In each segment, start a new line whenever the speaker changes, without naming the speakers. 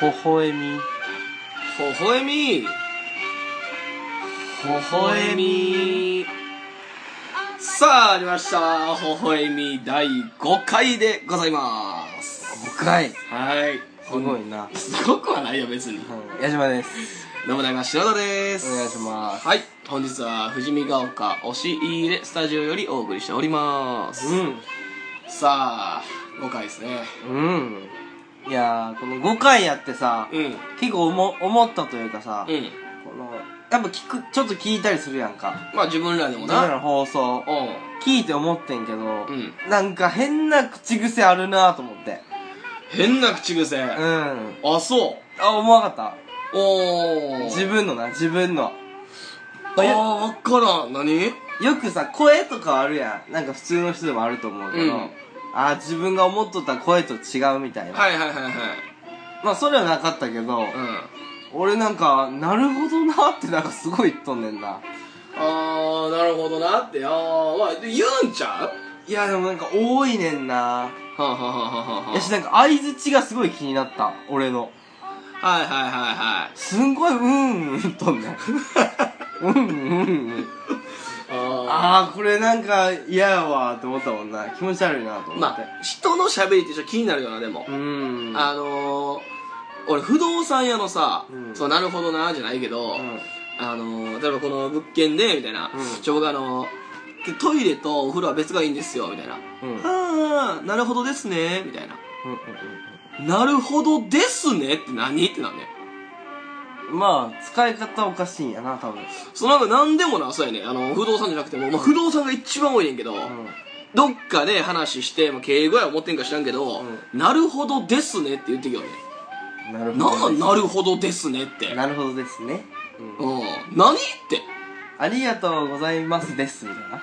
微笑み
ほほえみほほえみさあありましたほほえみ第5回でございます
5回
はい
すごいな、
すごくはないよ別に
うん、矢島です
どうも大ま篠田です
お願いします
はい本日は富士見ヶ丘押し入れスタジオよりお送りしております、さあ5回ですね
うんうんいやーこの5回やってさ、
うん
結構思思ったというかさ、
うん
このやっぱ聞くちょっと聞いたりするやんか
まあ自分らでも
自分ら
な
の放送
う
聞いて思ってんけど、
んうん
なんか変な口癖あるなと思って
変な口癖、
うんあ
あそう
思わなかっ
お
た
ー
自分のな自分の
あーわからん何
よくさ声とかあるやんなんか普通の人でもあると思うけど、
うん
あー自分が思っとった声と違うみたいな、
はいはいはいはい
まあそれはなかったけど、
うん
俺なんかなるほどなってなんかすごい言っとんねんな
あーなるほどなってあーまあ言うんちゃう
いやでもなんか多いねんな
はあはあはあはあはあ
やしなんか相づちがすごい気になった俺の
はいはいはいはい
すんごいうんうん言っと んねんうんうんうん
あ
ああこれなんか嫌やわーって思ったもんな気持ち悪いなと思って、
まあ人の喋りってちょっと気になるよなでも
う、ーん
あのー、俺不動産屋のさ、
うん
そうなるほどなじゃないけど、
うん
あのー、例えばこの物件でみたいな、
うん
ちょ僕あのートイレとお風呂は別がいいんですよみたいな、
うんうんうん
ああなるほどですねみたいななるほどですねって何ってなんねん
うんまあ使い方おかしいんやな多分
そうなんか何でもなそうやねんあの不動産じゃなくても、まあ、不動産が一番多いねんけど、
う
どっかで話して、まあ、敬語や思ってんか知らんけど、
う
なるほどですねって言ってきよね
んなる
な
ほど
んなるほどですねって
なるほどですね、うん
うん何って
ありがとうございますですみたいな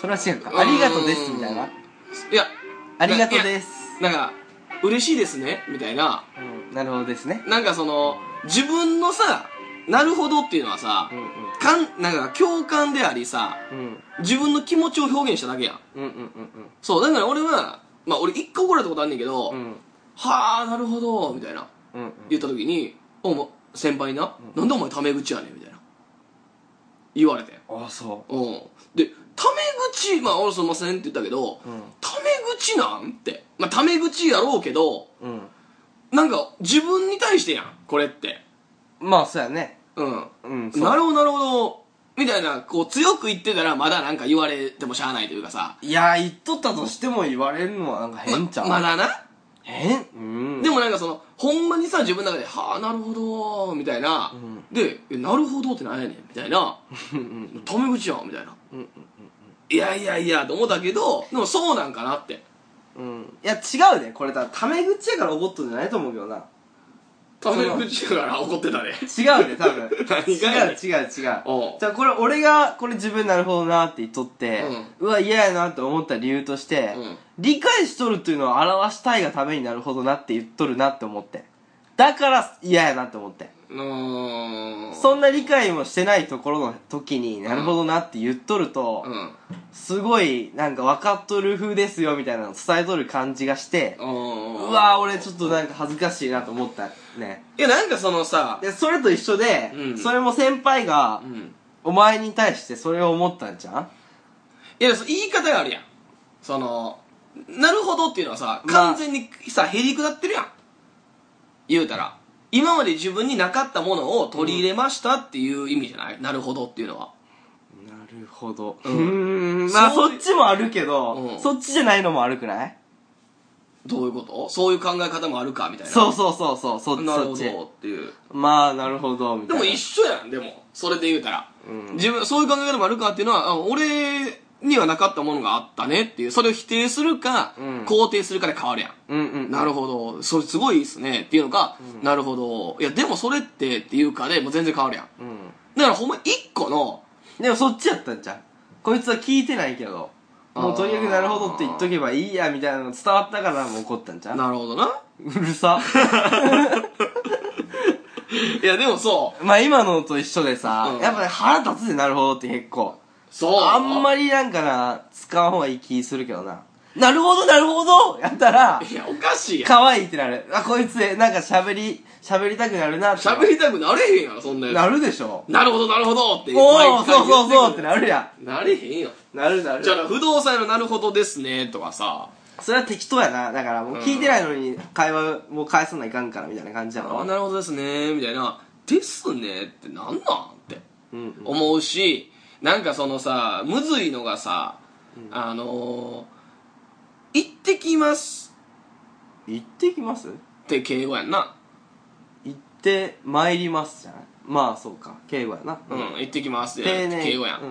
それは違うかありがとうですみたいな
うんいや
ありがとう
い
で
や
す
なんか嬉しいですねみたいな
うんなるほどですね
なんかその自分のさなるほどっていうのはさ
う、んうん
かんなんか共感でありさ
うん
自分の気持ちを表現しただけやん
うんうんうん
そうだから俺はまあ俺一個怒られたことあんねんけど、
うんうん
はあなるほどみたいな
うんうん
言った時に「おも先輩な、なんでお前タメ口やねん」みたいな言われて
ああそ
うんでタメ口まあ俺すいませんって言ったけ
う
ど、
ん
タメ口なんってまあタメ口やろうけど
ううん
なんか自分に対してやんこれって
まあそうやね
うん
うんそう
なるほどなるほどみたいなこう強く言ってたらまだなんか言われてもしゃあないというかさ
いや言っとったとしても言われるのはなんか変ちゃう、
ままだな
変うん
で
も
もなんかそのほんまにさ自分の中で「はあなるほど」みたいな、
ん
でえ「なるほど」ってなんやねんみたいな
うんうん
「タメ口やん」みたいな
うん
「いやいやいや」と思ったけどでもそうなんかなって
うんうんいや違うねこれだタメ口やから怒っとんじゃないと思うけどな
タメ口だから怒ってたね
違うね多 分
何が
違う
やねん
違う違うじゃ
おう
あこれ俺がこれ自分なるほどなって言っとって、うわ嫌やなって思った理由として、
うん
理解しとるっていうのを表したいがためになるほどなって言っとるなって思ってだから嫌やなって思って
うーん
そんな理解もしてないところの時になるほどなって言っとると、
うん
すごいなんか分かっとる風ですよみたいなの伝えとる感じがして、う
う
わー俺
ょ
ちょっとなんか恥ずかしいなと思ったね
いやなんかそのさ
でそれと一緒で、
うん
それも先輩が、
うん
お前に対してそれを思ったんじゃん
いやその言い方があるやんその「なるほど」っていうのはさ
まあ
完全にさへりくだってるやん言うたら今まで自分になかったものを取り入れましたっていう意味じゃない、なるほどっていうのは
なるほどう
う
ー
ん
んまあ
そう
そっちもあるけど、
うん
そっちじゃないのも悪くない
どういうことそういう考え方もあるかみたいな
そうそうそうそうそっち
なる
そ
ほ
っち
どっていう
まあなるほどみ
で
たいな
も一緒やんでもそれで言うたら、
うん
自分そういう考え方もあるかっていうのはあ俺にはなかったものがあったねっていうそれを否定するか、
うん
肯定するかで変わるやん
うんうん
なるほど、それすごいいいっすねっていうのが、なるほど、いや、でもそれってっていうかでもう全然変わるやん。
うん
だからほんま一個の、
でもそっちやったんじゃんこいつは聞いてないけどもうとにかくなるほどって言っとけばいいやみたいなの伝わったからもう怒ったんじゃん
なるほどな。
うる さ
いや、でもそう。
まあ今のと一緒でさ、
うん
やっぱね腹立つでなるほどって結構
そう。
あんま
り。
りなんかな使わん方がいい気するけどななるほどなるほどやったら
いやおかしいやん
可愛いってなるあこいつなんか喋り喋りたくなるなって
喋りたくなれへんやろそんなや
なるでしょ
つなるほどなるほどって
おおーそうそうそうって
な
なるや
なれへんよ
んなるなる
じゃあ不動産のなるほどですねとかさ
それは適当やなだからもう聞いてないのに会話もう返さないかんからみたいな感じや
あ
ろ
あなるほどですねみたいな「ですね」ってなんなんって
うんうん
思うしなんかそのさむずいのがさ、あのー「行ってきます
行ってきます」
って敬語やんな
行って参りますじゃないまあそうか敬語やな
「うん、行ってきます」って
丁寧
敬語や、
う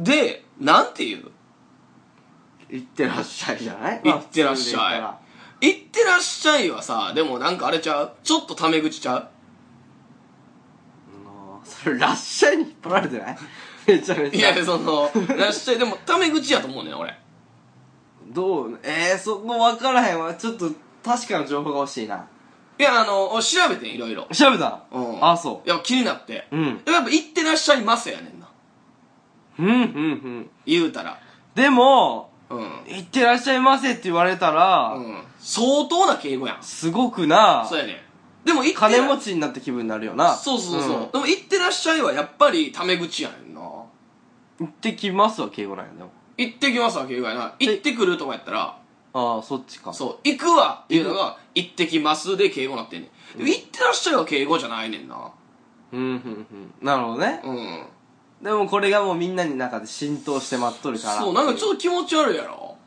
んん
でなんて言う
行ってらっしゃいじゃない
行ってらっしゃい
まあ普通で言ったら
行ってらっしゃいはさでもなんかあれちゃうちょっとタメ口ちゃう
あーそれらっしゃいに引っ張られて ないめちゃめ
い
ちゃ
やその「らっしゃい」でもタメ口やと思うねん俺
どうえー、そこ分からへんわちょっと確かな情報が欲しいない
やあの俺調べてんいろいろ
調べた
うん
あそう
いや気になって、
うん
やっぱ「行ってらっしゃいませ」やねんな
うんうんうん
言うたら
でも
うん、
行ってらっしゃいませって言われたら、
うん、相当な敬語やん
すごくな
そうやねんでも行ってら
金持ちになった気分になるよな
そうそうそう、
ん
でも行ってらっしゃいはやっぱりタメ口やねんな
行ってきますは敬語なんやでも
行ってきますわ敬語やな行ってくるとかやったら
ああそっちか
そう行くわっていうのが行ってきますで敬語なってんねんでも行ってらっしゃいは敬語じゃないねんな
うんうんうんなるほどね
うん
でもこれがもうみんなの中で浸透して待っとるから
そうなんかちょっと気持ち悪いやろ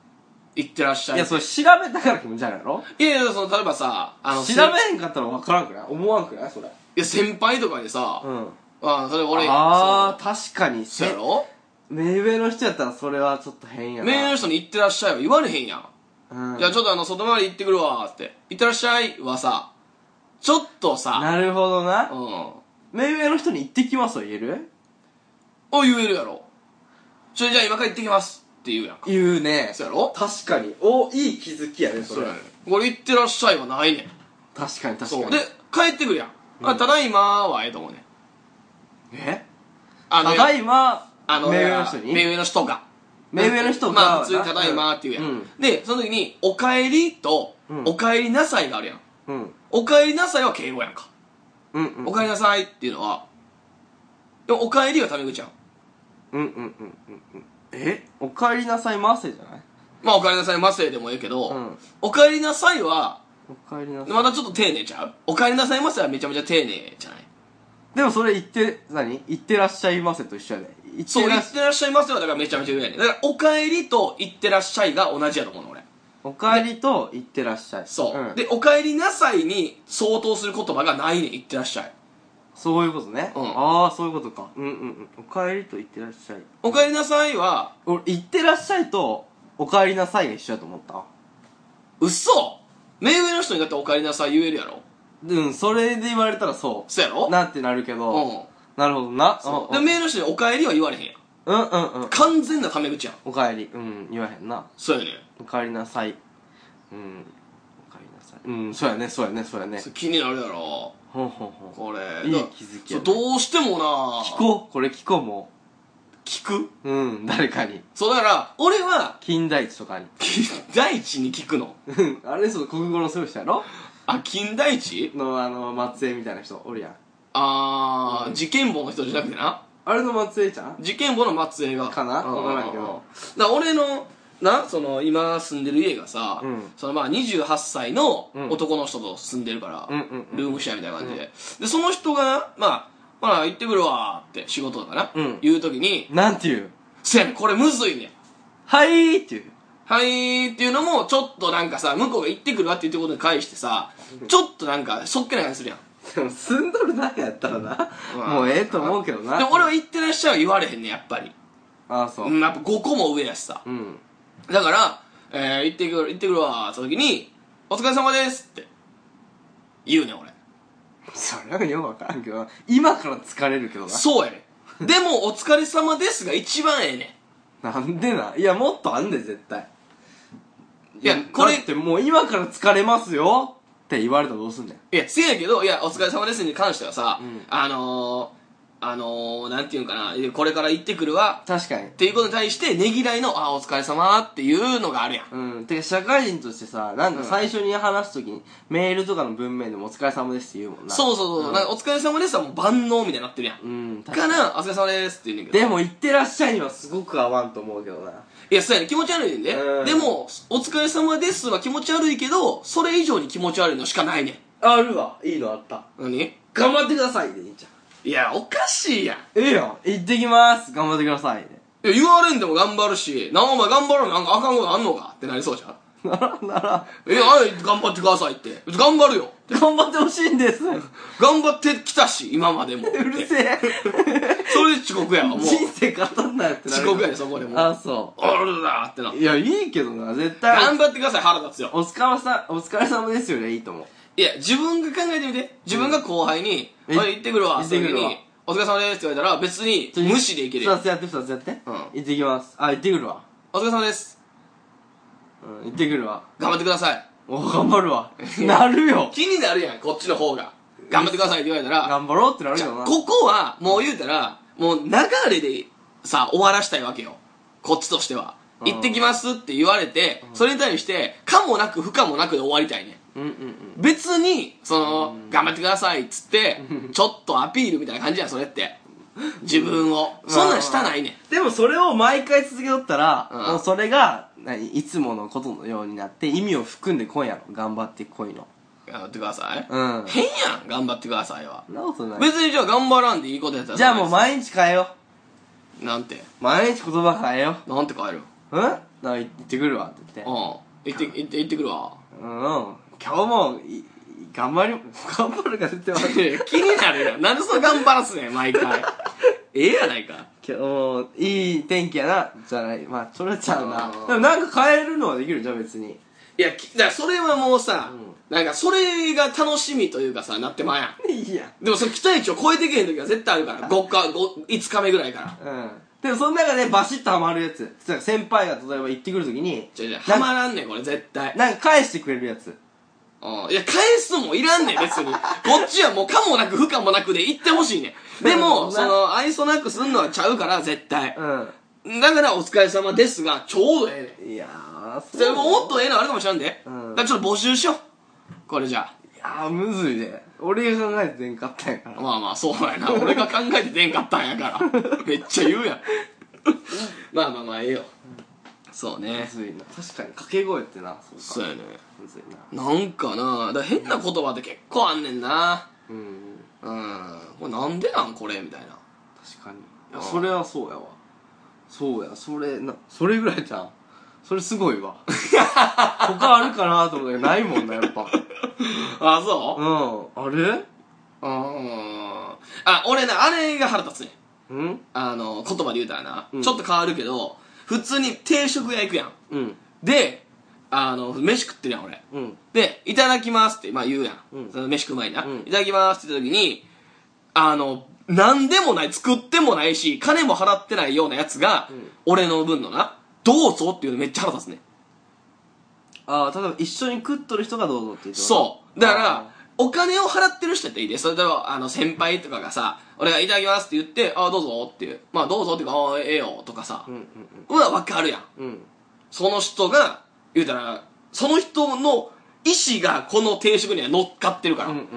行ってらっしゃい
いやそれ調べたから気持ち悪いやろ
いやいやその例えばさあの
調
せんい
べへんかったら分からんくない思わんくないそれ
や先輩とかにさ、
うん
あそれ俺
ああ確かに
そうそうやろ
え目上の人やったらそれはちょっと変やな
メールの人に行ってらっしゃいは言われへんやん
うん
じゃあちょっとあの外回り行ってくるわーって行ってらっしゃいはさちょっとさ
なるほど
う
なん
お
目上の人に行ってきますは言える
言えるやろそれじゃあ今から行ってきますって言うやんか
言うね
そうやろ
確かにおいい気づきやねそ
そう
れ
やねんこれ行ってらっしゃいはないねん
確かに確
そ
かに
うで帰ってくるやん、あただいまーはええと思うねん
え
あ
ただいま
あの
目上の人に
目上の人が
目上の人が
まあ普通に「ただいま」って言うやん、でその時に「おかえり」と
う
「
ん
おかえりなさい」があるやん
うんうん
「おかえりなさい」は敬語やんか
うん
「
うん
おかえりなさい」っていうのはでも「おかえり」はタメ口やん
うんうんうんうんうんえおかえりなさいませじゃない
まあ、おかえりなさいませでもいいけど、
うん
おかえりなさいは、
おかえりなさい
またちょっと丁寧ちゃうおかえりなさいませはめちゃめちゃ丁寧じゃない
でもそれ言って何言ってらっしゃいませと一緒やで言っ
そう、
て
い
ら
っ
って
らっしゃいませはだからめちゃめちゃ上やねだから、おかえりといってらっしゃいが同じやと思うの、俺。
おかえりと言ってらっしゃい
そう。
ん
で、おかえりなさいに相当する言葉がないねん、いってらっしゃい。
そういうことね、
うん
ああそういうことかうんうんうんおかえりと言ってらっしゃい
おかえりなさいは、
俺言ってらっしゃいとおかえりなさいが一緒やと思った
嘘目上の人にだっておかえりなさい言えるやろ
うんそれで言われたらそ
そうやろ
うなってなるけど、
うん。
なるほどな
そう。
うん
で、
うん
目上の人におかえりは言われへんやん。
うんうんうん
完全なタメ口やん。
おかえりうん言わへんな
そうやねん。
おかえりなさいうんおかえりなさいうんそうやねそうやねそうやね
そう気になるやろ。
ほんほんほん
これ
いい気づきやね
そうどうしてもな
聞こうこれ聞こうも
聞く
ううん誰かに
そうだから俺は
金田一とかに
金田一に聞くの
うん あれそう国語のそういう人やろ
あ金田一
のあの松江みたいな人おるやん
あー、事件簿の人じゃなくてな
あれの松江ちゃん
事件簿の松江が
かな
うん
わからんけど
だから俺のなその今住んでる家がさ、
うん
そのまあ28歳の
うん
男の人と住んでるから、
うんうんうん
ルームシェアみたいな感じで、でその人がまあほら行ってくるわーって仕事だから、
うん
言う時に
なんていう
「せやねんこれむずいねん」
はいっていう
はいっていうのも、ちょっとなんかさ、向こうが行ってくるわって言ってことに返してさ、ちょっとなんか、そっけない感じするやん。
でも住んどる中やったらな、
うん
もうええと思うけどな
で、俺は行ってらっしゃいは言われへんねん、やっぱり。、
ああそううん
やっぱ5個も上やしさ。
うん
だから、えー、行ってくる、行ってくるわーって時に、お疲れ様ですって、言うねん、俺。
それはよくわからんけどな今から疲れるけど
そうやねん。でも、お疲れ様ですが一番ええね
ななんでないやもっとあんで絶対
いやこれ
だってもう今から疲れますよって言われたらどうすんねん
ん。いや、せやけど、いや、お疲れ様ですに関してはさ、
うん
あのー、あのー、なんていうんかな、これから行ってくるわ、
確かに
っていうことに対して、ねぎらいの、あ、お疲れ様っていうのがあるやん。
うん、てか社会人としてさなんか最初に話すときに、メールとかの文面でも「お疲れ様です」って言うもんな
そうそうそう、なんかお疲れ様ですはもう万能みたいになってるやん。
うん確か
から、お疲れ様ですって言うねんけど。
でも「行ってらっしゃい」にはすごく合わんと思うけどない
や、そうやね気持ち悪いねんで。
うん
でも、お疲れ様ですは気持ち悪いけど、それ以上に気持ち悪いのしかないねん。
あるわいいのあった
何
「頑張ってください」でいいじゃん
いや、おかしいやん。
ええやん行ってきます頑張ってくださいで
いや言われんでも頑張るし、なお前頑張らななんかあかんことあんのかってなりそうじゃん。
ならなら
え、あれ、頑張ってくださいって。頑張るよ。
頑張ってほしいんです
頑張ってきたし、今までも。う
うるせえ
それで遅刻やわ、もう。
人
遅
生語んなよってなる
刻やで、そこでもう。
あそ
あらだってな
う。いやいいけどな絶対
頑張ってください、腹立つよ。
お疲れさお疲れ様ですよねいいと思う
いや、自分が考えてみて。自分が後輩に、
うん
おい、行ってくるわ、
行ってくるわ
そういう時にお疲れ様ですって言われたら、別に無視でいける
2
よ。
つやって2つやって、
うん
行ってきますあ行ってくるわ
お疲れ様です。
うん行ってくるわ
頑張ってください。
お頑張るわなるよ
気になるやん、こっちの方が。頑張ってくださいって言われたら、
頑張ろうってなる
じゃ
よな
あここはもう言うたらもう流れでさ終わらしたいわけよこっちとしては
うん
行ってきますって言われてそれに対して可もなく不可もなくで終わりたいね
うんうんうん
別にその頑張ってくださいっつ ってちょっとアピールみたいな感じやんそれって自分をそんなんしたないねん
でもそれを毎回続けとったら、
うん
もうそれが何いつものことのようになって意味を含んでこいやろ頑張ってこいの
頑張ってください
うん
変やん頑張ってくださいは
そんなことない
別にじゃあ頑張らんでいいことやったら
じゃあもう
ま
毎日変えよ
なんて
う毎日言葉変えよ
なんて帰る
ううんなんか行ってくるわって言
う
っ
ん
て
行って行って行ってくるわ
うん今日もいい頑張り 頑張るか絶対悪い
いや気になるよ。なんでその頑張らすねん、毎回。 ええやないか。
今日もいい天気やなじゃないまあそれちゃう
あ
な
ー
でもなんか変えるのはできるじゃん別に
いや、きだからそれはもうさ、なんかそれが楽しみというかさ、なってまうや
いいや
ん。でもその期待値を超えてけへん時は絶対あるから。5日、5、5日目ぐらいから。
うんでもその中でバシッとハマるやつつまり先輩が例えば行ってくるときに
じゃじゃ、
な
は
ん
まらんねん、これ絶対。
なんか返してくれるやつ
うん。いや、返すのもいらんねん、別 に。こっちはもう可もなく不可もなくで行ってほしいねん。でも、
な
そ
るほどな
の、愛想なくすんのはちゃうから、絶対。
う
だから、お疲れ様ですが、ちょうどええねん。
んいやーそ
それももっ
っ
とええのあるかもしれんで。
うん
だからちょっと募集しよう。これじゃ
いやーむずいね俺が考えて全かったんやか
あ。
ら
まあまあ、そう やな。俺が考えて出んかったんやから。めっちゃ言うやん。まあまあまあ、ええよ。そう
む
ね。
ずいな確かに掛け声ってなそ
そう
うか
やね。
むずいな
なんかな、だから変な言葉って結構あんねんな。
うん
うん。これなんでなんこれみたいな。
確かにい
あ
や
ー
それはそうやわそうやそれなそれぐらいじゃんそれすごい わ他あるかなと思ったけどないもんなやっ ぱ
あ、そううん
あれ
ああ、俺な、あれが腹立つねん。
うん
あの、言葉で言うたらな、
うん
ちょっと変わるけど、普通に定食屋行くやん。
うん
で、あの、飯食ってるやん、俺。
うん
で、いただきますって、まあ言うやん。
うん
その飯食う前にな、
うん
いただきますって言った時に、あの、なんでもない、作ってもないし、金も払ってないようなやつが、
うん
俺の分のな、どうぞっていうのめっちゃ腹立つね。
ああ例えば一緒に食っとる人がどうぞって言って
そう。だか
あ
ら、お金を払ってる人やっていいで、それでは、あの、先輩とかがさ、俺がいただきますって言って、ああ、どうぞっていう。まあ、どうぞっていうか、ああ、ええよとかさ
う、ん
うわ、わかるやん。
うんうんうん
その人が、言うたら、その人の意思がこの定食には乗っかってるから。
うんうんうん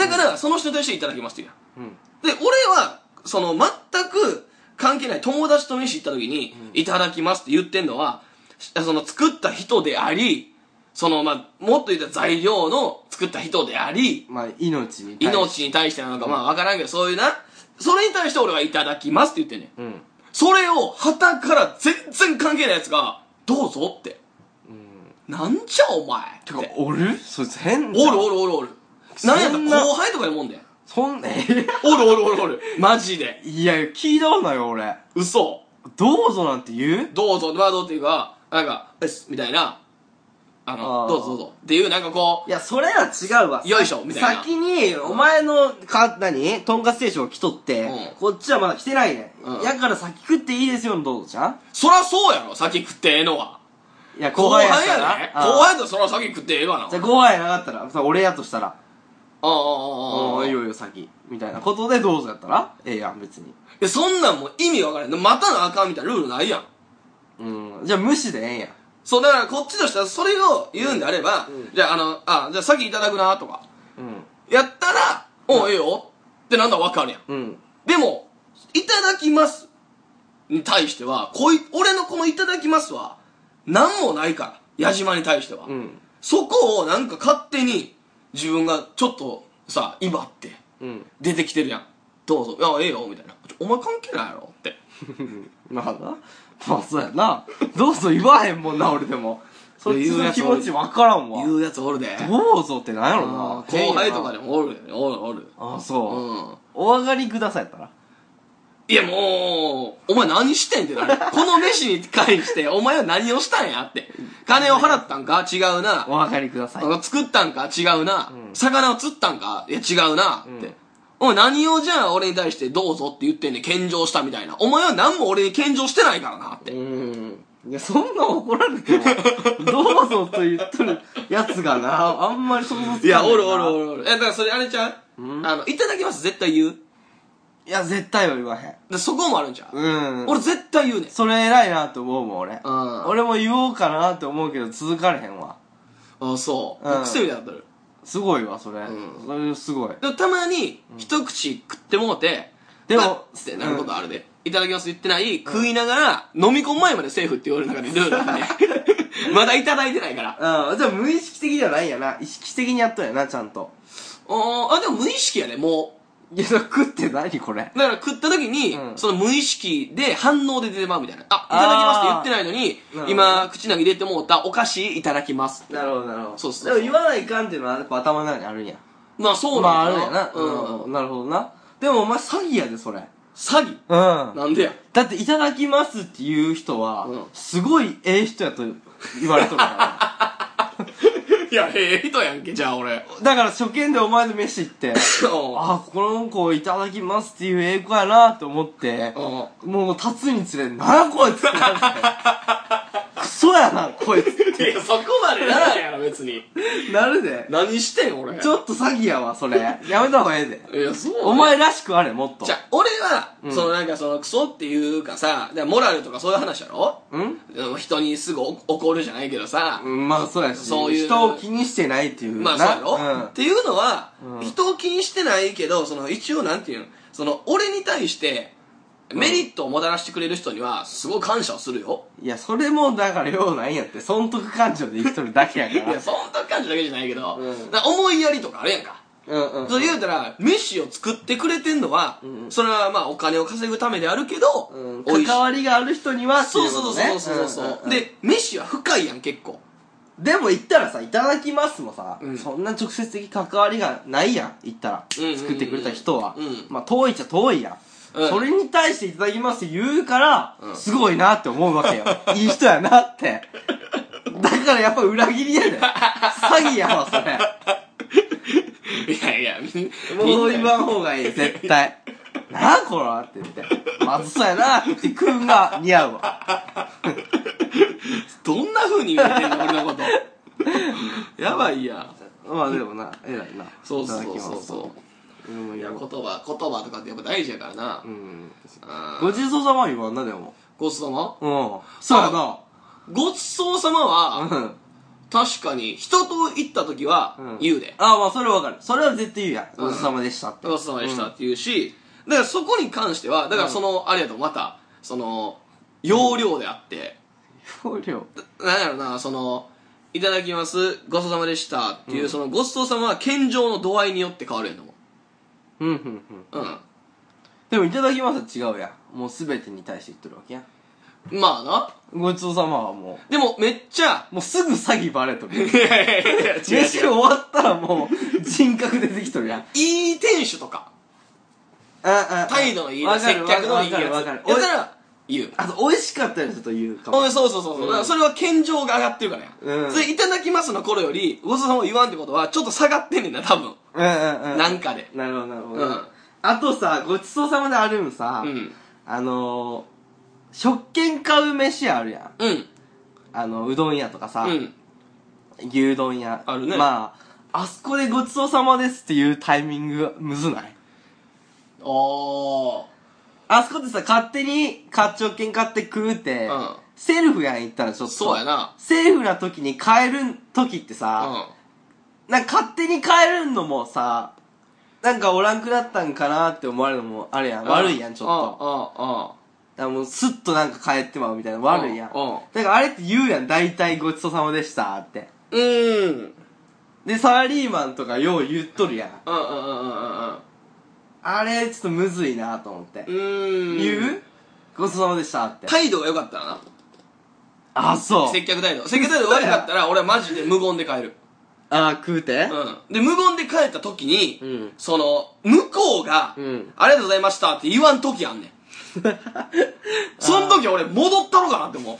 だから、その人に対していただきますって言うやん。
うんうん
で、俺は、その、全く関係ない友達と飯行った時に、いただきますって言ってんのは、しその、作った人であり、その、まあ、もっと言ったら材料の作った人であり、
まあ命に対し
命に対してなのか、まあ、わからんけど、そういうな、それに対して俺はいただきますって言ってんねん。
うん
それを、旗から全然関係ない奴が、どうぞって。
うん
なんじゃお前
て
っ
か
て。
おるそいつ変
おるお
る
るおるおる。なんやった
そん
ら
な
後輩とかでもんで。
そんなえ
おるおるおるおる。マジで。
いや聞いたことないよ俺
嘘。
どうぞなんて言う
どうぞ、まあどうっていうか、なんか、うっすみたいな、あの、
あー
どうぞどうぞっていう、なんかこ
いや、それは違うわ。
よいしょみたいな
先に、お前の、か、何とんかつ定食来とって、
うん
こっちはまだ来てないね。
うん
やから先食っていいですよ、どうぞじゃん
う、そらそうやろ、先食ってええのは。
いや、
後
後
輩
輩
や
や
ね
ったら。
後
あ
輩やったらそら先食ってええわ
じゃ
な。
あ後輩やなかったら、さ俺やとしたら。
あああ
あ
あああ
あいよいよ先みたいなことでどうぞやったらええやん別に
いやそんなんもう意味わからんまたなあかんみたいなルールないやん
うんじゃあ無視でええんや
そうだからこっちとしてはそれを言うんであれば、
うん
じゃああのあじゃあ先いただくなとか
うん
やったらおうええよってなんだわかるやん
うん
でも「いただきます」に対してはこい俺のこの「いただきます」は何もないから矢島に対しては、
うん
そこをなんか勝手に自分がちょっとさ威張って
うん
出てきてるやんどうぞ「いやええよ」みたいな「お前関係ないやろ」って
まあなまあそうやなどうぞ言わへんもんな俺でもそっちの気持ち分からんわ
言うやつおるで
どうぞってなんやろな
後輩とか
で
でもおるよねおるおる
あそう、
うん
お上がりくださいやったら
いやもう、お前何してんってな る。この飯に関して、お前は何をしたんやって。金を払ったんか違うな。
お上がりください
作ったんか違うな、
うん
魚を釣ったんかいや違うな、
うん
って。お前何をじゃあ俺に対してどうぞって言ってんねん、献上したみたいな。お前は何も俺に献上してないからな、って。
うんいやそんな怒られてもどうぞと言っとるやつがなあんまり想像つかない
いや、おるおるお
る
るおる。え、だからそれあれちゃう、
うん
あの、いただきます絶対言う。
いや絶対は言わへん
でそこもあるんちゃう、
うん
俺絶対言うねん。
それ偉いなと思うもん俺
うん
俺も言おうかなって思うけど続かれへんわ
あ、そう。
うん
癖みたいになってる。
すごいわそれ、
うん
それすごい
でもたまに、一口食ってもうて、
でも
うわっってなることあるで。いただきます言ってない、食いながら、飲み込む前までセーフって言われる中でルールあ るね。まだいただいてないから。
うんじゃあ無意識的じゃないんやな意識的にやっとんやなちゃんと
おーあ、でも無意識やね、も
いや食って何これ
う。だから食った時に、
うん
その無意識で反応で出てまうみたいな。あ、いただきますって言ってないのに
あ、ー
今、口の中に入れてもうたお菓子いただきますって。
なるほどなるほど
そうそう
でも言わないかんっていうのはやっぱ頭の中にあるんや
まあそう
まああ
な
る
ん
ん
だ
やな、
うん。
なるほどなでもお前詐欺やでそれ
詐欺
うんだ
なんでや。
って「いただきます」っていう人は、
うん
すごいええ人やと言われとるから
いや、ええ人やんけ、じゃ あ俺。
なだから初見でお前の飯行って
おう
あこの子いただきますっていう英語やなと思って
おう
もう立つにつれなんやこいつってなってクソやなこいつっ
いや、そこまでならんやろ、別に。
てなるで
何してん、俺。
ちょっと詐欺やわそれやめた方がええで
いや、そう。
お、前らしくあれもっと
じゃあ、俺は、
うん
そのなんかそのクソっていうかさ、だからモラルとかそういう話やろ
うん
でも人にすぐお怒るじゃないけどさ、
うんまあそうやし
そういう
人を気にしてないっていう
まあそ
な
うやろ、っていうのは、
うん
人を気にしてないけど、その一応なんていうの、その俺に対して、メリットをもたらしてくれる人には、すごい感謝をするよ。
うんいやそれもだからようないんやって損得感情で生きとるだけや
い
か
や、そんな感謝だけじゃないけど、
うん
だから思いやりとかあるやんか。
らうんうん
そう言うたら、飯を作ってくれてんのは、
うん
それはまあお金を稼ぐためであるけど、
うん
美味しい
関わりがある人にはってい
そう
こ
そう
とね
そうそうそうそう,、
んんん
で飯は深いやん結構
でも言ったらさ「いただきます」もさ、
うん
そんな直接的関わりがないやん言ったら、
うんうんうん
作ってくれた人は、
うん
まあ遠いっちゃ遠いやん、
うん
それに対して「いただきます」って言うから、
うん
すごいなって思うわけ よいい人やなってだからやっぱ裏切りやで詐欺やわそれ
いやいやみ
もう言わ
ん
ん方がいい絶 対なあこらって言ってまずそうやなって食うんが似合うわ
どんな風に見えてんの俺のこと やばいや
まあでもな偉いな
そうそう
いただきま
そう
す
そう
うん
いや言葉言葉とかってやっぱ大事やからな、
うん
あー
ごちそうさまは言わんなでも
ごちそうさま
うん。そうやな。
ごちそうさま
うん。
は、
あ
確かに人と行った時は
うん
言うで、
あ、まあ、それはわかる。それは絶対言うやん。
うん
ごちそうさまでしたって。
ごちそうさまでしたって言うし、だからそこに関してはだからその、あれやとまたその要領であって、
容量。
なんやろな、その、いただきます、ごちそうさまでしたっていう、その、ごちそうさまは、健常の度合いによって変わるやんと思
うん、うん、うん。
う。
でも、いただきますは違うやん。もうすべてに対して言ってるわけやん。
うん。まあな。
ごちそうさまはも
でも、めっ ちゃ、
う、もうすぐ詐欺バレとるやん。
いやいやいや、
飯終わったらもう、人格出てきとるやん。あ
いい店主とか、
あ
態度のいい、
わか
接
る
客のいいやつ。や
わ
っ
か
た
るわかる。俺、
ら、言う。
あと、美味しかったりすると言うかも
ほん。でそうそうそうそう。
うん
だからそれは健常が上がってるからや。
うん
それ、いただきますの頃より、ごちそうさまを言わんってことは、ちょっと下がってんねんな、多分。
うんうんうん。
なんかで。
なるほど、なるほ
う
ど
ん。
あとさ、ごちそうさまであるんさ
う、ん。
あのー、食券買う飯あるやん。
うん。
あのうどん屋とかさ、
うん。
牛丼屋
あるね
まああそこでごちそうさまですっていうタイミングむずない
あ
あそこでさ、勝手に、かっちょっけん買って食うって、
うん
セルフやん、言ったらちょっと。
そうやな
セーフな時に帰る時ってさ、
あ
なんか勝手に帰るのもさ、なんかおらんくなったんかなって思われるのもあれや。
うんん
悪いやん、ちょっと。
うんうんうん
だからもうスッとなんか帰ってまうみたいな悪いやん。
うんうん
だからあれって言うやん、大体ごちそうさまでしたって。
うん
で、サラリーマンとかよう言っとるやん。
うんうんうんうん
あれ、ちょっとむずいなと思って。
うん
言うごちそうさまでしたって。
態度が良かったらな
あ、そう。
接客態度接客態度悪かったら俺はマジで無言で帰る
あー、食うて
うんで無言で帰った時に、
うん
その向こうが、
うん
ありがとうございました」って言わん時あんねん その時俺戻ったのかなっ て思う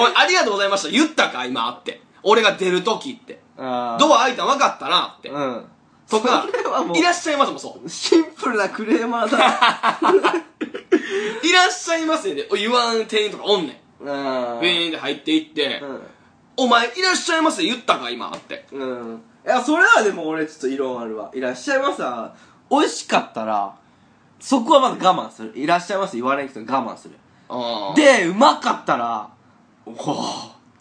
おいありがとうございました言ったか今って俺が出る時って
あー
ドア開いたん分かったなって
うん。
とか
それはもう
いらっしゃいますもんそう
シンプルなクレーマーだ。
「いらっしゃいますね」で言わん店員とかおんねん
うん
ウィーンで入っていって、
う
お前いらっしゃいますね言ったか今って
ん。うん。いや、それはでも俺ちょっと異論あるわ。いらっしゃいませは。美味しかったら、そこはまだ我慢する。いらっしゃいませ言われんけど我慢する。
あで
で、うまかったら、おおっ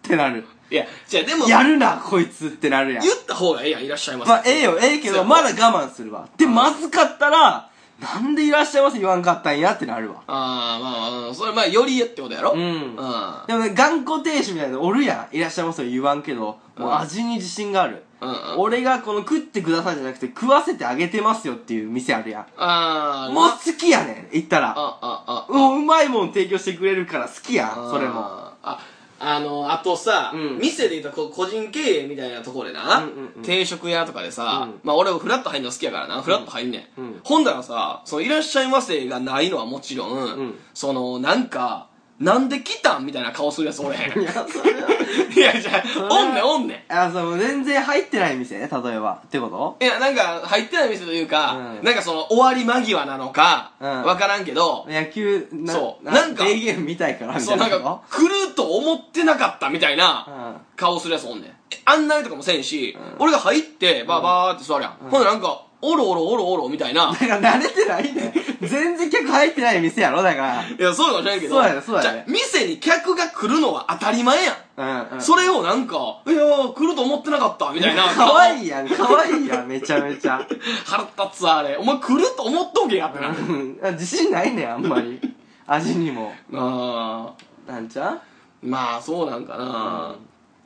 てなる。
いやじゃあでも
やるな、こいつってなるやん
言。った方がええやんいらっしゃいます
まあ、ええよ、ええけ
そう
ど、まだ我慢するわ。で、まずかったら、なんでいらっしゃいませ言わんかったんやってなるわ。
ああ、まあまあ、それまあ、よりえってことやろ
うん
うん。
でもね、頑固亭主みたいなのおるやん。いらっしゃいませ言わんけど、もう味に自信がある。
うんうん
俺がこの食ってくださいじゃなくて食わせてあげてますよっていう店あるや
ああ、
ん。もう
あ、
好きやねん、行ったら。
あ、あ、
もううまいもん提供してくれるから好きや
あ、
ん、それ も。
あー、ああの、あとさ、
うん
店で言うとこ個人経営みたいなところでな、
うんうんうん
定食屋とかで
う
さ、
ん
まあ俺フラット入んの好きやからな、フラット入んねん。
うんうん
ほんだらさ、そのいらっしゃいませがないのはもちろん、
うん
その、なんか、なんで来たんみたいな顔するやつ俺。
いや、それは。
いや、じゃあ
それは
おんねんおんねん。
あ、その全然入ってない店例えば。ってこと
いや、なんか、入ってない店というか、
うん
なんかその、終わり間際なのか、
うん
わからんけど、
野球、な
そうなんか
名言見たいからみた
そう、
いな
なん
こと
か、来ると思ってなかったみたいな
うん。
顔するやつおんねん。案内とかもせんし、俺が入って、バーバーって座るやん。ほんでなんか、おろおろおろおろみたいな。
だから慣れてないね。全然客入ってない店やろ、だか
いや、そうかもしれんけど。
そうやねそうやね
じゃあ店に客が来るのは当たり前やん。
ら。うん、うん。
それをなんか、いやー、来ると思ってなかった、みたいな。
かわいいやん、かわいいやん、めちゃめちゃ。
腹立つわあれ。お前来ると思っとけやってな。
うん自信ないねん、あんまり。味にも。
あー
なんちゃ
まあ、そうなんかな。
う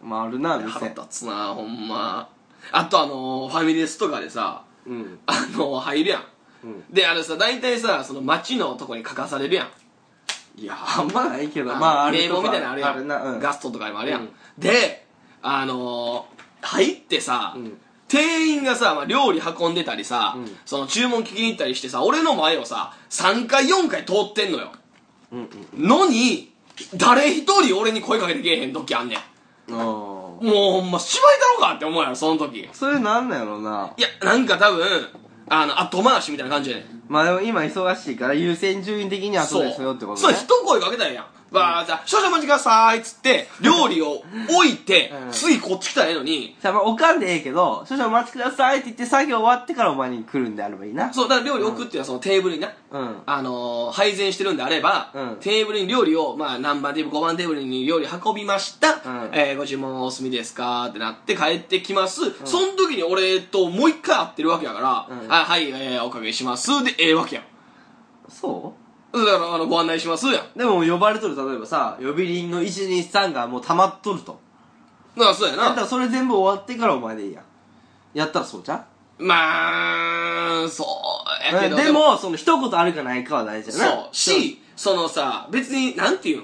まあ、あるな、
腹
店。
立つなほんまあとあのーファミレスとかでさ
うん。
あのー入るやん、
うん
であれさ大体さその街のとこに書かされるやん
いや、あんまないけど、まあ、ある
名
と
簿
こ
みたいなのあるやん
あるな、うん。
ガストとかにもあるやん、
うん
であのー入ってさ、
うん
店員がさ、まあ、料理運んでたりさ、
うん
その注文聞きに行ったりしてさ俺の前をさ3回4回通ってんのよ
うんうん。
のに誰一人俺に声かけてけえへん時あんねん
あー
もうほんま芝居だろうかって思うやろその時
それなんなんやろな。
いや、なんか多分、あの、後回しみたいな感じやねん。
まあでも今忙しいから優先順位的にはそうですよってこと
そう、
ね。
一声かけたらええやん。ばあ、じゃあ、少々お待ちくださいっつって、料理を置いて
う、ん
次こっち来たらええのに、
じゃあまあ、おかんでええけど、少々お待ちくださいって言って作業終わってからお前に来るんであればいいな。
そう、だから料理置くっていうのはそのテーブルにな、
うん。
あのー配膳してるんであれば、
うん
テーブルに料理を、まあ、何番テーブル、5番テーブルに料理運びました、
ん
えーご注文お済みですかってなって帰ってきます、その時に俺ともう一回会ってるわけやから、
うん
あはい、えーおかけします、で、ええわけやん。
そう
だから、あの、ご案内しますやん。
でも呼ばれとる例えばさ呼び鈴の123がもう溜まっとると
だからそうや
だ
な
った。らそれ全部終わってからお前でいいやんやったらそうじゃん
まあ、そうやけ
で
ど。
もでもその一言あるかないかは大事だな
そう。し、そのさ、別に、なんていうの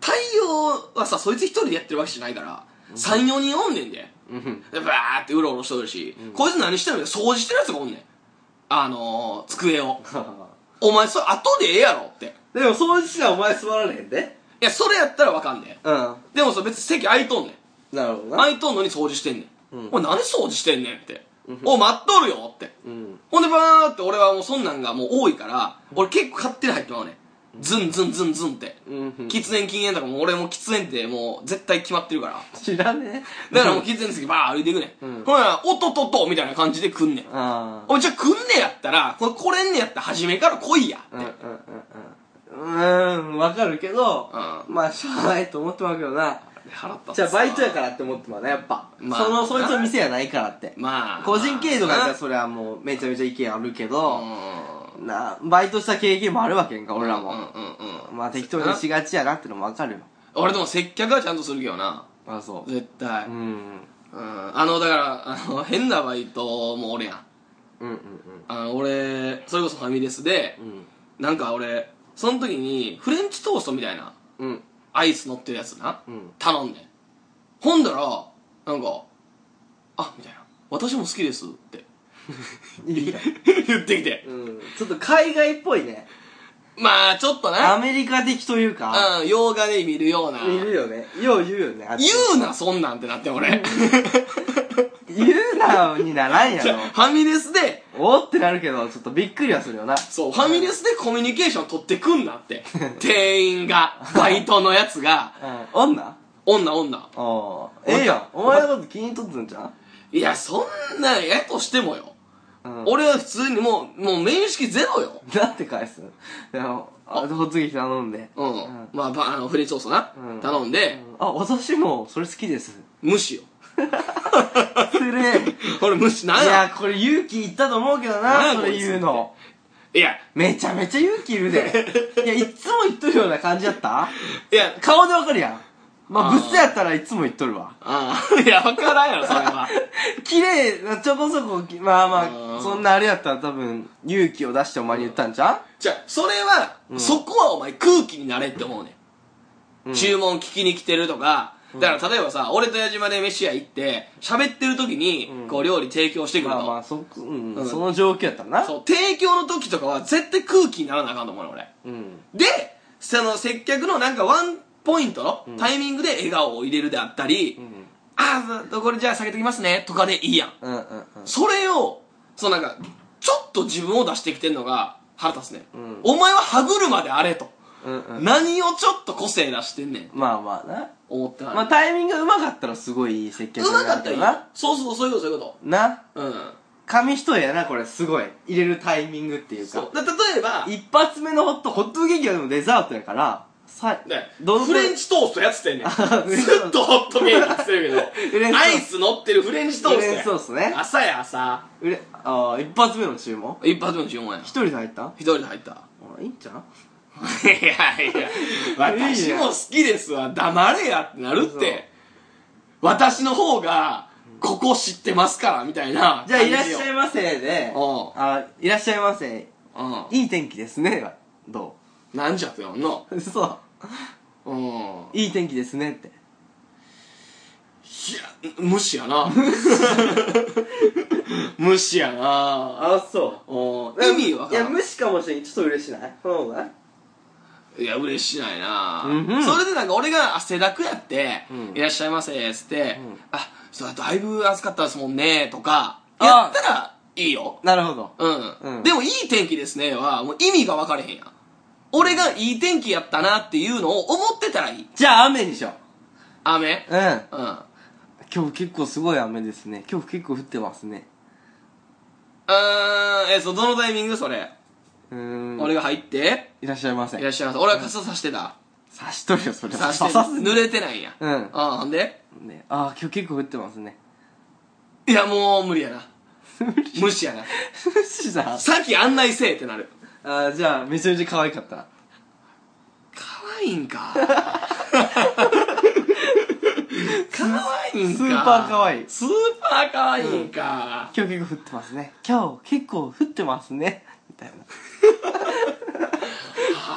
対応はさ、そいつ一人でやってるわけじゃないから、三四人おんねんで。
うん
で、バーってうろうろしとるし、こいつ何してんの掃除してるやつがおんねん。あのー、机を。お前、それ後でええやろって。
でも掃除したらお前座られへんで
いや、それやったらわかんね
うん
ん。でもさ、別に席空いとんねん。
なるほどな
空いとんのに掃除してんねん。
うん
お前何掃除してんねんって。お、待っとるよって。
うん
ほんでバーって俺はもうそんなんがもう多いから、俺結構勝手に入ってまうねん。ズンズンズンズンって。
うん
喫煙禁煙とかも俺も喫煙ってもう絶対決まってるから。
知らねえ
だからもう喫煙席バー歩いていくねん。
うん
ほんなら、おっとっとっとみたいな感じで来んねん。
ああ
おい、じゃあ来んねやったら、これ来れんねやったら初めから来いやって。
うんうんうんうんうーんわかるけど
う
まあしょうがないと思ってまうけどな
払った
じゃあバイトやからって思ってまうねやっぱ、
まあ
そのそいつの店やないからって
まあ。
個人経営とかやったら
う
それはもうめちゃめちゃ意見あるけ
ん
ど、なバイトした経験もあるわけやんか俺らも、
うんうんうん。
まあ適当にしがちやなってのもわかるよ
俺でも接客はちゃんとするけどな。
あそ
絶対。
うんうん
うん。あの、だから、あの、変なバイトも俺やん。
うんうん
あの、俺、それこそファミレスで
う、ん
なんか俺、その時に、フレンチトーストみたいな、
うん
アイス乗ってるやつな。
うん
頼んでんほんだらなんか「あみたいな「私も好きです」って
いいね
言ってきて
うんちょっと海外っぽいね
まあちょっと
ア
な
メリカ的というか
うん洋画で見るようない
るよねよう言うよねあっち
言うなそんなんってなって 俺
言うなにならんや
じゃ
ろ
あファミレスで
おーってなるけどちょっとびっくりはするよな
そうファミレスでコミュニケーション取ってくんなって 店員がバイトのやつが
うん女
女女
おーええやんお前のこと気にとっとんじゃん
いやそんなんやとしてもよ、
うん
俺は普通にもうもう面識ゼロよ
なんて返すでもあホットケーキ頼んで
うん、
うん
まあばあのフレンチトーストな、
うん
頼んで、
あ私もそれ好きです
無視よ
するね
俺無視なん
い
や
やこれ勇気いったと思うけど
なん
な
や
それ言うの
いや
めちゃめちゃ勇気いる でいやいつも言っとるような感じやった
いや
顔でわかるやんまあ
あー
ブスやったらいつも言っとるわ
ああいや分からんやろそれは
綺麗なちょこそこまあま
あー
あそんなあれやったら多分勇気を出してお前に言ったんちゃ
じゃあそれは、そこはお前空気になれって思うね、
うん
ん、注文聞きに来てるとかだから例えばさ、俺と矢島で飯屋行って喋ってる時に、
うん
こう料理提供して
う
くると、
まあまあそ,、うん
うん
その状況やったらな
そう提供の時とかは絶対空気にならなあかんと思うね俺
うん
でその接客のなんかワンポイントのタイミングで笑顔を入れるであったり、
うん
ああこれじゃあ下げときますねとかでいいやん
うんうんうん
それをそのなんかちょっと自分を出してきてんのが腹立つね、
うん
お前は歯車であれと、
うんうん
何をちょっと個性出してんねん
まあまあな
思ってはる、
まあタイミングがうまかったらすごいいい接客
う
にな
ま
る
かった
け
らい
ど
い
な
そうそうそういうことそういうこ
な
とうん
紙一重やなこれすごい入れるタイミングっていう
そ
か
うだ例えば
一発目のホットホットケーキはでもデザートやからさ
ね
どの
フレンチトーストやっててんねんず
あ
っとホットケーキって言って
フ
る
レン
け
チトースト
どアイス乗ってるフレンチトースト
フ
や
レンチトーストね
朝や朝
うれあー一発目の注文
一発目の注文や
一人で入ったあ
一人で入った
いいんちゃう
いやいや私も好きですわ黙れやってなるっ
そう
て私の方がここ知ってますからみたいな
じゃあいらっしゃい
い
ませで
うん
あいらっしゃいませ
う
いい天気ですねはど
んなんじゃってやんの
う嘘
うんい
いい天気ですねって
や無視 やな無視やな
あそ
うん意味わから
い
ん
や無視かもしれんちょっと嬉しないその方が
いや嬉しないな、
うんうん
それでなんか俺が汗だくやって「
うん
いらっしゃいませ」っつって「
うん
あそうだいぶ暑かったですもんね」とか
あ
やったらいいよ
なるほど
うん、
うん
でも「いい天気ですね」はもう意味が分かれへんやん俺がいい天気やったなっていうのを思ってたらいい
じゃあ雨にしよ
雨
ううん
うんあ
今日結構すごい雨ですね今日結構降ってますね
ーえそうどのタイミングそれ、
うーん
俺が入って
いらっしゃいませ
いらっしゃいませ俺は傘さしてた、
刺しとるよそれ
さして
刺す
濡れてないんや、
うん
ああほんで
ねああ今日結構降ってますね
いやもう無理やな
無
無視やな
視だ
さっき案内せえってなる
あーじゃあめちゃめちゃ可愛かった
可愛い んか可愛いんか
スーパー可愛い
スーパー可愛いんか、
今日結構降ってますね今日結構降ってますねみたいな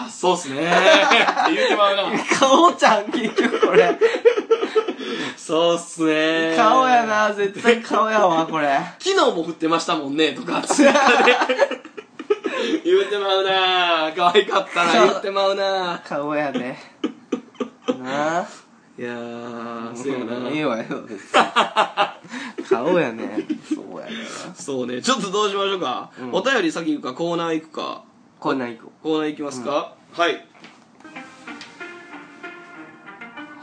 あそうっすねって言ってまうな
顔ちゃん結局これ
そうっすね
顔やな絶対顔やわこれ
昨日も振ってましたもんね とかツイッターで言ってまうな可愛かったな言ってまうな
顔やでなあ
いやーそうや
いい
な
わよ別に顔やねそうやね
そうねちょっとどうしましょうか、お便り先行くかコーナー行くか
こんなん行こ
コーナー行きますか、はい